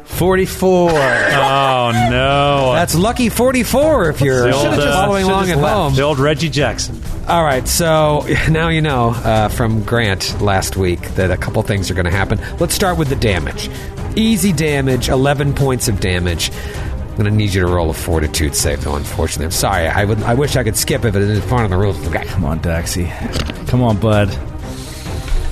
44.
Oh no!
That's lucky 44 if you're
The old,
should've just
uh,
following along at home.
the old Reggie Jackson.
All right, so [laughs] now you know uh, from Grant last week that a couple things are going to happen. Let's start with the damage. Easy damage, 11 points of damage. I'm going to need you to roll a fortitude save, though, unfortunately. I'm sorry. I, would, I wish I could skip it, but it is part of the rules. Okay.
Come on, Daxie. Come on, bud.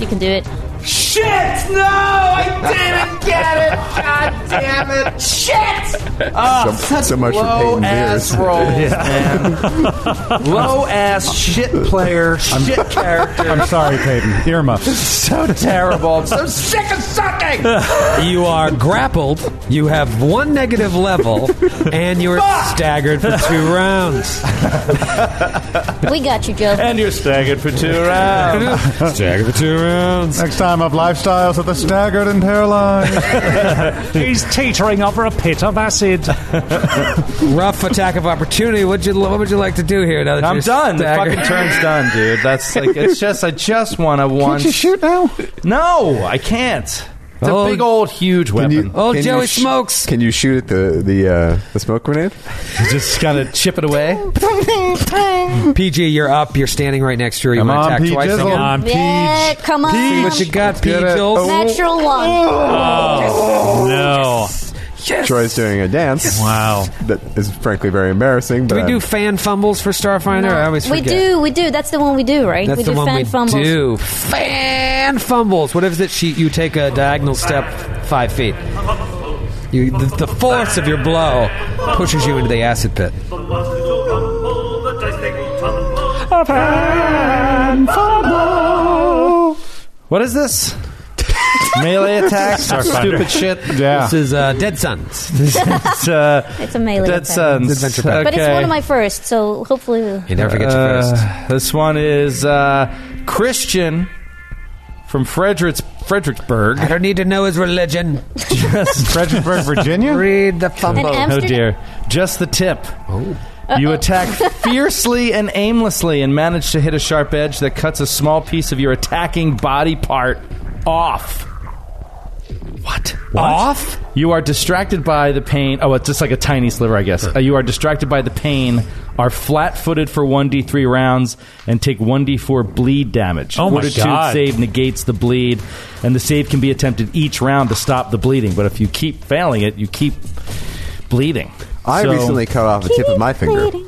You can do it.
Shit! No, I didn't get it. God damn it! Shit! Oh,
So-
such
so much for
low
Peyton
ass
Mears.
rolls, man. low
[laughs]
ass shit player, shit character.
I'm sorry, Peyton. Earmuffs.
so terrible. I'm so sick of sucking.
[laughs] You are grappled, you have one negative level, and you're staggered for two rounds.
We got you, Joe. [laughs]
And you're staggered for two rounds.
staggered for two rounds.
Next time of lifestyles of the staggered and
[laughs]
paralyzed.
He's teetering over a pit of acid.
Rough attack of opportunity. What'd you, what would you like to do here? Now that
I'm
you're
done. The
staggered?
fucking
[laughs]
turn's done, dude. That's like it's just I just want to one.
shoot now?
No, I can't. It's
Oh.
a big old huge weapon.
Oh,
can
Joey
sh-
smokes.
Can you shoot at the the uh, the smoke grenade?
just [laughs] gotta chip it away.
PG, you're up. You're standing right next to her. You
Come
want to
on,
attack
P.
twice
Jizzle.
again?
Um,
Yeah, come on.
See what you got,
get it. Oh.
Peaches.
Natural one.
no!
Yes.
Troy's doing a dance.
Wow.
That is frankly very embarrassing. But
Do we do
I'm-
fan fumbles for Starfinder? I always
we
forget.
do, we do. That's the one we do, right?
That's
we
the
do
one
fan
we
fumbles.
do. Fan fumbles. What if it? She, you take a diagonal step five feet. You, the, the force of your blow pushes you into the acid pit.
What is this? Melee attacks, stupid shit.
Yeah.
This is uh, Dead Sons.
It's, uh,
It's a melee.
Dead
attack.
Sons.
Adventure pack.
But it's
Okay.
one of my first, so hopefully. we'll-
You never forget your first.
Uh, This one is uh, Christian from Fredericks, Fredericksburg.
I don't need to know his religion.
Fredericksburg, Virginia?
Read the
And
fumble.
Oh
Amsterdam.
dear. Just the tip. You attack fiercely and aimlessly and manage to hit a sharp edge that cuts a small piece of your attacking body part off. What?
Off?
You are distracted by the pain. Oh, it's just like a tiny sliver, I guess. Uh, you are distracted by the pain, are flat footed for 1d3 rounds, and take 1d4 bleed damage.
Oh my
Fortitude
God.
save negates the bleed, and the save can be attempted each round to stop the bleeding. But if you keep failing it, you keep bleeding.
I
So-
recently cut off the tip of my finger.
Bleeding.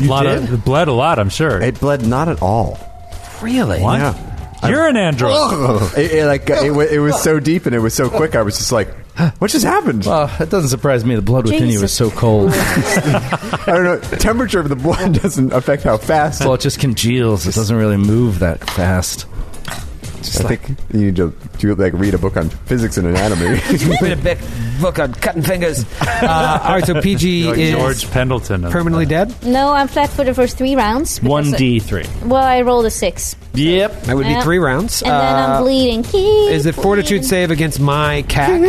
lot Of, bled a lot, I'm sure.
It bled not at all.
Really?
What? You're an android.
It, it, like it, wa- it was so deep and it was so quick. I was just like, "What just happened?"
Uh, it doesn't surprise me. The blood within you is
Jesus.
so cold.
I don't know. Temperature of the blood [laughs] doesn't affect how fast.
well, it just congeals. It doesn't really move that fast.
I think you need to do like read a book on physics and
[laughs]
anatomy.
Read a big book on cutting fingers.
[laughs]
Uh, all right, so PG
Like
is
George Pendleton.
permanently dead.
No, I'm flat for the first three rounds. because-
One D three.
Well, I rolled a six,
Yep.
That would be
Yeah.
three rounds.
and then I'm
Uh,
bleeding.
is it fortitude save against my cat?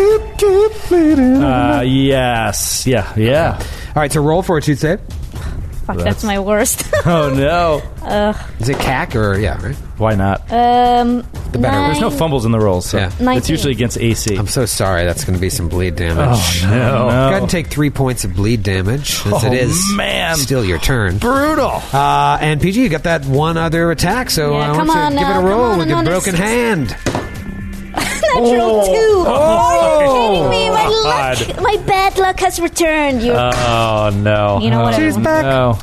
Uh, yes. Yeah. Yeah.
All right, so roll fortitude save.
Fuck, that's my worst.
Oh no.
Is it cack or yeah? Right.
Why not?
um,
The better
nine,
one.
There's no fumbles in the rolls. So
Yeah.
It's
19.
usually against AC.
I'm so sorry. That's going to be some bleed damage.
no.
Go ahead and take three points of bleed damage. As
Oh,
it is
man.
still your turn.
Brutal.
Uh, and PG, you got that one other attack, so
Yeah,
I want
come
you to
on
give it
now,
a
come
roll
on,
with your
another
broken
six.
hand.
natural two.
Oh.
Are you kidding me? My
God.
luck, my bad luck has returned. You,
Oh no!
you know what?
She's
I mean.
back,
No.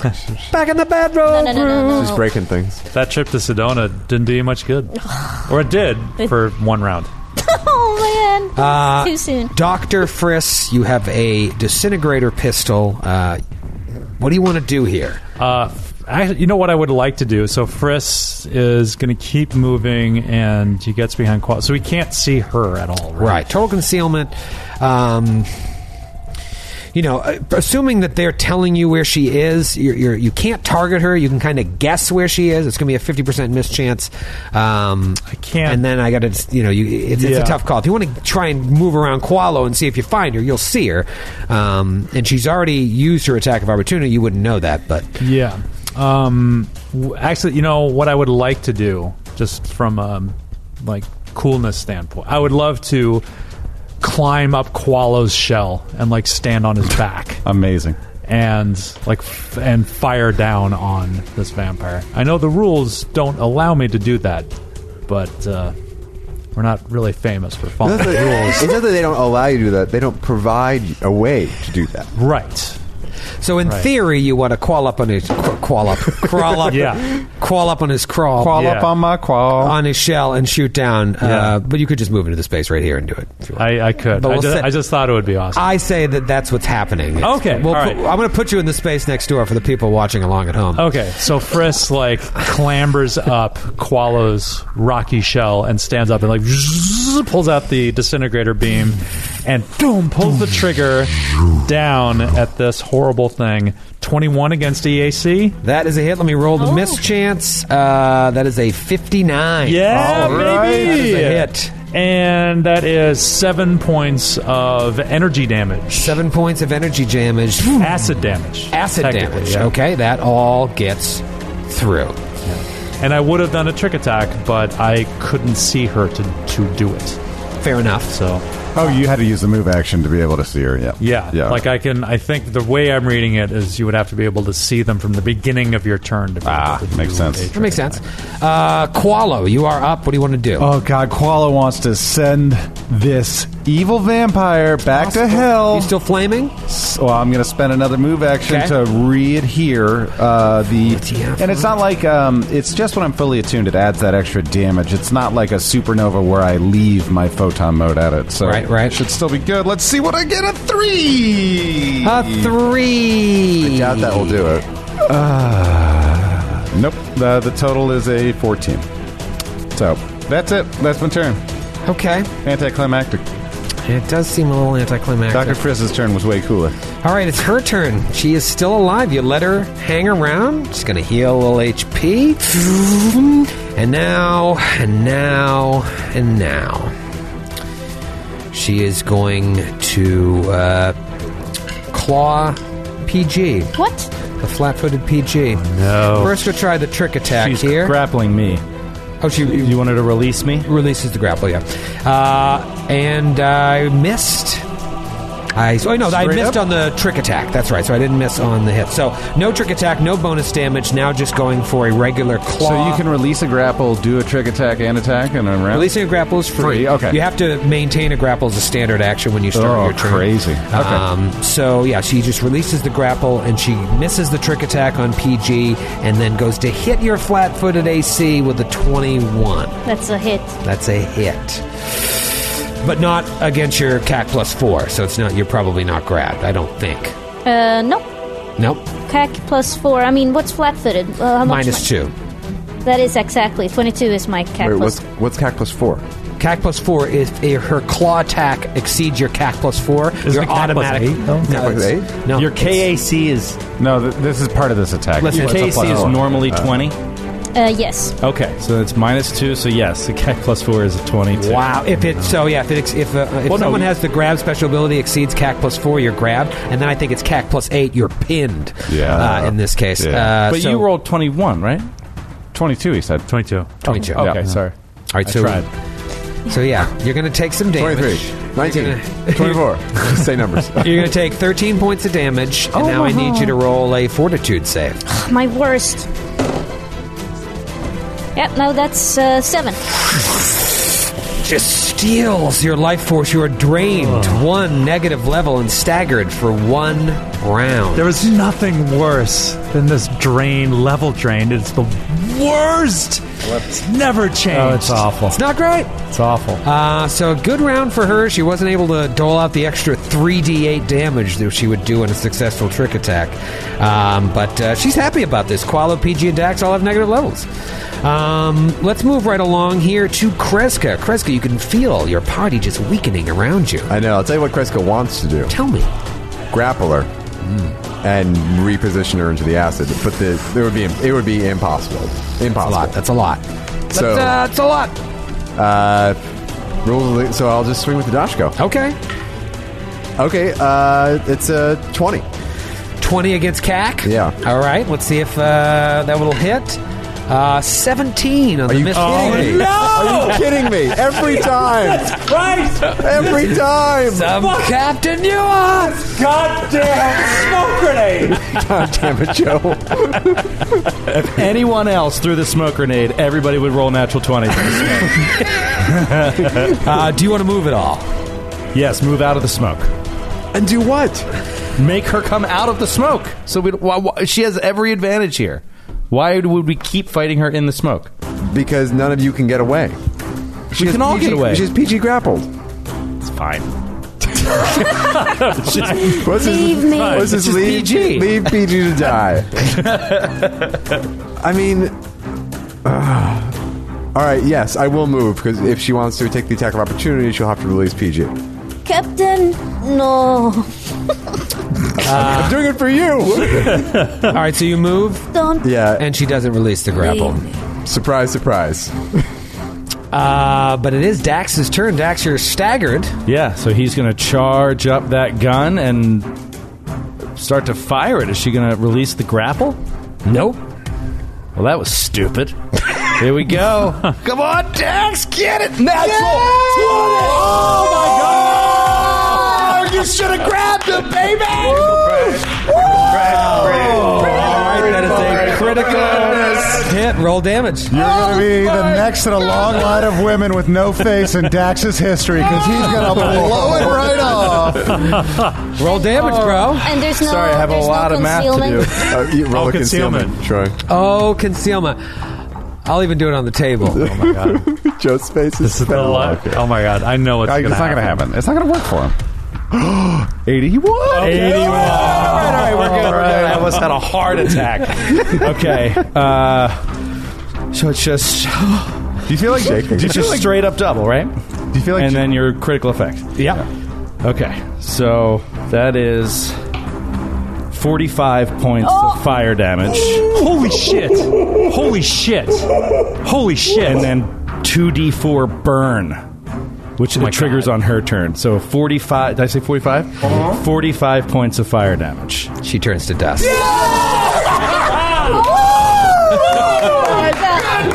back in the bedroom.
No, no, no, no,
Just
no.
breaking things.
That trip to Sedona didn't do you much good, or it did for one round.
[laughs] Oh man,
Uh,
too soon.
Dr. Friss, you have a disintegrator pistol. Uh, what do you want to do here?
Uh, I, you know what I would like to do? So Friss is going to keep moving, and he gets behind Qual. So we can't see her at all, right?
Right. Total concealment. Um, you know, uh, assuming that they're telling you where she is, you're, you're, you can't target her. You can kind of guess where she is. It's going to be a fifty percent mischance. Um, I
can't-
And then I got to, you know, you, it's, it's
Yeah.
a tough call. If you want to try and move around Qualo and see if you find her, you'll see her. Um, and she's already used her attack of opportunity. You wouldn't know that, but
Yeah. Um, w- actually, you know what I would like to do, just from um, like coolness standpoint, I would love to climb up Qualo's shell and like stand on his back
Amazing.
and like f- and fire down on this vampire. I know the rules don't allow me to do that, but uh, we're not really famous for following
It's not
the
that-
rules,
It's not that they don't allow you to do that. They don't provide a way to do that.
[laughs] right?
So in theory, you want to crawl up on his cr- crawl [laughs] up, crawl up,
Yeah.
crawl up on his crawl,
Qual
Yeah.
up on my qual.
on his shell and shoot down.
Yeah.
Uh, but you could just move into the space right here and do it. If you want.
I, I could.
But
I,
we'll
just,
sit-
I just thought it would be awesome.
I say that that's what's happening. It's-
Okay,
we'll
all
put-
right.
I'm going to put you in the space next door for the people watching along at home.
Okay, so Frisk like clambers up Qualo's rocky shell and stands up and like [laughs] zzz, pulls out the disintegrator beam and boom pulls the trigger down at this horrible thing. Twenty one against E EAC.
That is a hit. Let me roll the
Oh.
miss chance. Uh, that is a 59.
Yeah,
All right.
baby.
That is a hit.
And that is seven points of energy damage,
Seven points of energy damage.
acid damage,
Acid
technically,
damage.
yeah.
Okay, that all gets through.
And I would have done a trick attack, but I couldn't see her to to do it.
Fair enough.
So
Oh, you had to use the move action to be able to see her. Yeah.
Yeah,
Yeah.
Like I can, I think the way I'm reading it is you would have to be able to see them from the beginning of your turn. To be
Ah,
able to
makes
do
sense.
a
That
trick
makes sense.
attack.
Uh, Qualo, you are up. What do you want to do?
Oh God, Koala wants to send this evil vampire back to hell.
You still flaming?
So I'm going to spend another move action
Okay.
to re-adhere uh, the,
TF?
and it's not like um, it's just when I'm fully attuned, it adds that extra damage. It's not like a supernova where I leave my photon mode at it. So
Right, right.
it should still be good. Let's see what I get. A three.
A three.
I doubt that will do it.
nope. The the total is a 14. So that's it. That's my turn.
Okay.
Anticlimactic.
It does seem a little
Doctor
anticlimactic.
Frizz's turn was way cooler.
All right, it's her turn. She is still alive. You let her hang around. She's going to heal a little HP. And now, and now, and now. She is going to uh, claw PG,
What?
the flat footed PG.
No.
First, we'll try the trick attack
She's
here.
grappling me.
oh, she
You wanted to release me?
releases the grapple, yeah. Uh, and I missed. I oh no, I
Straight
missed
up?
on the trick attack. That's right. So I didn't miss on the hit. So no trick attack, no bonus damage. Now just going for a regular claw.
So you can release a grapple, do a trick attack and attack, and a round.
Releasing a grapple is free.
Free, okay.
You have to maintain a grapple as a standard action when you start
Oh,
your turn.
crazy. Okay.
Um, so yeah, she just releases the grapple and she misses the trick attack on PG, and then goes to hit your flat-footed AC with a twenty-one.
That's a hit.
That's a hit. But not against your CAC plus four, so it's not. You're probably not grabbed. I don't think.
Uh, no.
Nope.
Cac plus four. I mean, what's flat-footed? Uh, how much
Minus two.
my- That is exactly twenty-two. Is my cac
Wait,
plus
what's what's CAC plus four?
CAC plus four. If, if her claw attack exceeds your CAC plus four,
Isn't
you're
it CAC plus
automatic.
eight, though?
no,
plus
it's-
eight?
No,
Your
it's-
KAC is
No, th- this is part of this attack.
Listen,
your
it's a plus
KAC is
four.
normally twenty.
Uh, yes.
Okay, so it's minus two. So yes, the CAC plus four is a twenty-two.
Wow! If it so, yeah. If it, ex- if, uh, if
no,
someone
you-
has the grab special ability exceeds CAC plus four, you're grabbed, and then I think it's CAC plus eight, you're pinned.
Yeah.
Uh, in this case,
Yeah.
uh,
But
so-
you rolled twenty-one, right?
22, he said.
Twenty-two.
22.
Yeah.
Okay, sorry.
All right, so
tried.
so yeah, you're going to take some damage.
23,
[laughs]
19, 24. Say numbers.
You're going to take 13 points of damage, and now I need you to roll a fortitude save.
My worst. Yep. No, that's uh, seven.
Just steals your life force. You are drained one negative level and staggered for one round.
There is nothing worse than this drain, level drain. It's the worst. It's never changed.
Oh, it's awful.
it's not great.
It's awful.
Uh, so a good round for her. She wasn't able to dole out the extra 3d8 damage that she would do in a successful trick attack. Um, but uh, she's happy about this. Qualo, PG, and Dax all have negative levels. Um, let's move right along here to Kreska. Kreska, you can feel your party just weakening around you.
I know. I'll tell you what Kreska wants to do:
Tell me.
grapple her and reposition her into the acid. But the it would be it would be impossible.
That's a lot.
Impossible.
That's a lot.
So-
that's, uh, that's a lot.
Rules. of the- So I'll just swing with the dashko.
Okay.
Okay. Uh, it's a twenty.
20 against CAC.
Yeah.
All right. Let's see if uh, that will hit. Uh, 17 on the
Are you
Miss
kidding me? Are you kidding me? Every time.
Right?
Every time. [laughs]
Some Captain you are!
Goddamn smoke grenade!
God damn it, Joe.
Anyone else through the smoke grenade, everybody would roll natural
[laughs]
20.
Uh, do you want to move at all?
yes, move out of the smoke.
And do what?
Make her come out of the smoke. So we, why, why, she has every advantage here. Why would we keep fighting her in the smoke?
Because none of you can get away. She
can all get away.
She's PG grappled.
It's fine.
Let's just-
Leave me.
let's
It's
just
just
leave,
PG.
leave PG to [laughs] die. I mean, ah. all right. Yes, I will move because if she wants to take the attack of opportunity, she'll have to release PG.
Captain, no,
I'm doing it for you.
All right, so you move,
don't.
yeah.
and she doesn't release the grapple.
leave me.
surprise, surprise.
Uh, but it is Dax's turn. Dax, you're staggered.
Yeah, so he's going to charge up that gun and start to fire it. Is she going to release the grapple?
Nope.
Well, that was stupid. Here we go. Come on, Dax, get it! Natural! Oh my god! You should have grabbed him,
Oh,
baby!
Critical hit. Roll damage.
You're going to be the next in a long line of women with no face in Dax's history because he's going to blow it right off.
Roll damage, bro.
And there's no.
Sorry, I have a
there's
lot
no
of math to
concealment.
do.
Uh, you roll a concealment, Troy.
Oh, concealment. I'll even do it on the table. Oh my god.
Joe's face is
This is the
spelled
luck. Oh my god, I know what's
It's
gonna
not going to happen. It's not going to work for him.
[gasps]
81.
I almost had a heart attack. [laughs] okay, uh, so it's just
Do you feel like
Shaking.
Do you
it's
feel
just
like,
straight up double, right?
do you feel like
and then your critical effect.
yeah.
Okay, so that is 45 points of fire damage,
Oh! Holy shit! Holy shit! Holy shit!
and then 2d4 burn, which
Oh
it triggers on her turn. So 45, did I say 45?
Uh-huh.
45 points of fire damage.
She turns to dust.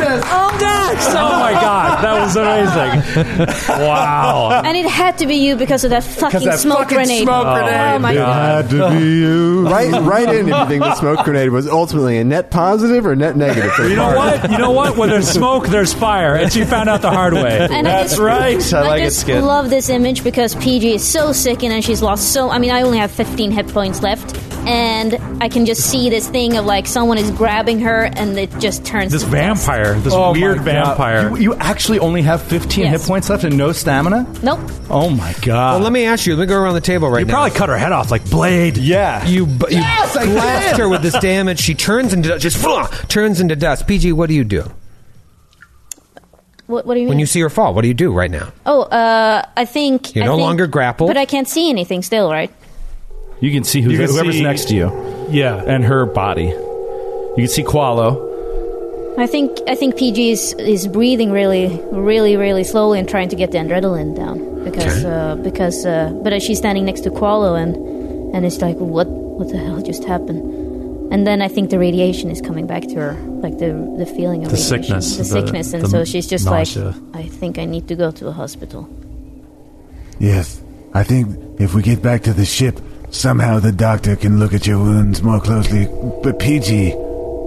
oh my god, that was amazing! wow.
[laughs] And it had to be you because of that fucking smoke grenade. Oh my god.
Had to
[laughs]
be you.
Right, right in. If you think the smoke grenade was ultimately a net positive or net negative, for the
You know
party.
what? You know what?
[laughs]
When there's smoke, there's fire, and she found out the hard way.
And I just,
right. I like it,
just
Skid.
love this image because PG is so sick and she's lost so. I mean, I only have 15 hit points left, and I can just see this thing of like someone is grabbing her, and it just turns.
This
to dust.
vampire, this
Oh my
weird
God.
vampire.
You, you actually only have 15
Yes.
hit points left and no stamina?
Nope.
Oh my god.
Well, let me ask you. Let me go around the table right
You
now.
probably cut her head off like blade.
yeah.
You, bu- you
Yes, I
blast
did.
her with this damage. She turns into dust. Just flah, turns into dust. PG, what do you do
What, what do you mean?
when you see her fall? What do you do right now?
oh, uh, I think
You're
I
no
think-
longer grappled.
but I can't see anything still, right?
You can see who,
You can
whoever's
see-
next to you
Yeah.
and her body. You can see Qualo.
I think I think PG is, is breathing really, really, really slowly and trying to get the adrenaline down because uh, because uh, but uh, she's standing next to Qualo and and it's like what what the hell just happened? And then I think the radiation is coming back to her, like the the feeling of
The
radiation,
sickness,
the,
the-
sickness, and
the
so she's just
nausea.
like, I think I need to go to a hospital.
Yes, I think if we get back to the ship, somehow the doctor can look at your wounds more closely. But PG,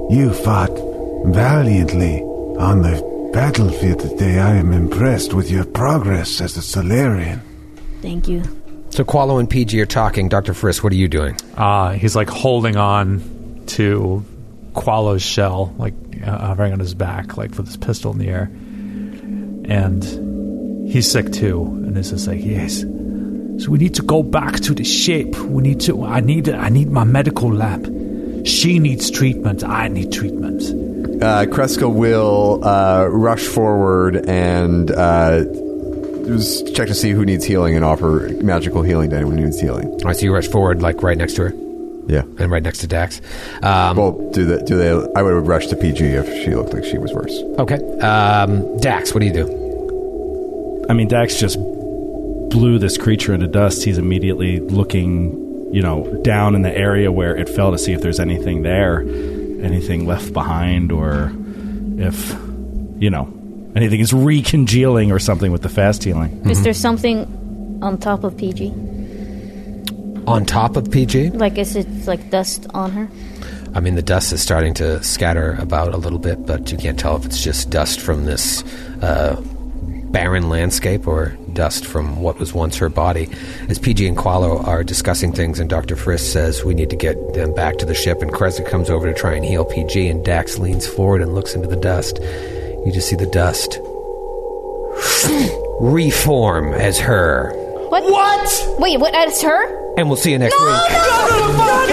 you fought valiantly on the battlefield today. I am impressed with your progress as a Solarian.
Thank you.
So Qualo and PG are talking. Doctor Frisk, what are you doing?
Uh, he's like holding on to Qualo's shell, like uh, hovering on his back, like with his pistol in the air. And he's sick too, and it's just like, yes. So we need to go back to the ship. We need to. I need. I need my medical lab. She needs treatment. I need treatment.
uh, Kreska will uh, rush forward and uh, s- check to see who needs healing and offer magical healing to anyone who needs healing.
All right, so you rush forward, like right next to her
Yeah.
and right next to Dax. Um,
Well, do the do they? I would have rushed to PG if she looked like she was worse.
okay, um, Dax, what do you do?
I mean, Dax just blew this creature into dust. He's immediately looking, you know, down in the area where it fell to see if there's anything there, anything left behind or if you know anything is recongealing or something with the fast healing.
Mm-hmm.
Is there something on top of PG?
On top of PG?
Like, is it like dust on her?
I mean, the dust is starting to scatter about a little bit, but you can't tell if it's just dust from this uh, barren landscape or dust from what was once her body. As PG and Qualo are discussing things, and Dr. Frisk says we need to get them back to the ship, and Crescent comes over to try and heal PG, and Dax leans forward and looks into the dust. You just see the dust reform as her.
What? What? Wait, what? That's her?
And we'll see you next week.
God,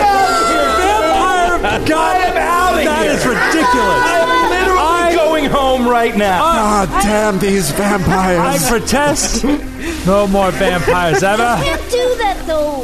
I'm out That is ridiculous.
I'm literally going home right now.
Ah, damn these
I
vampires!
protest. No more vampires ever.
Can't do that though.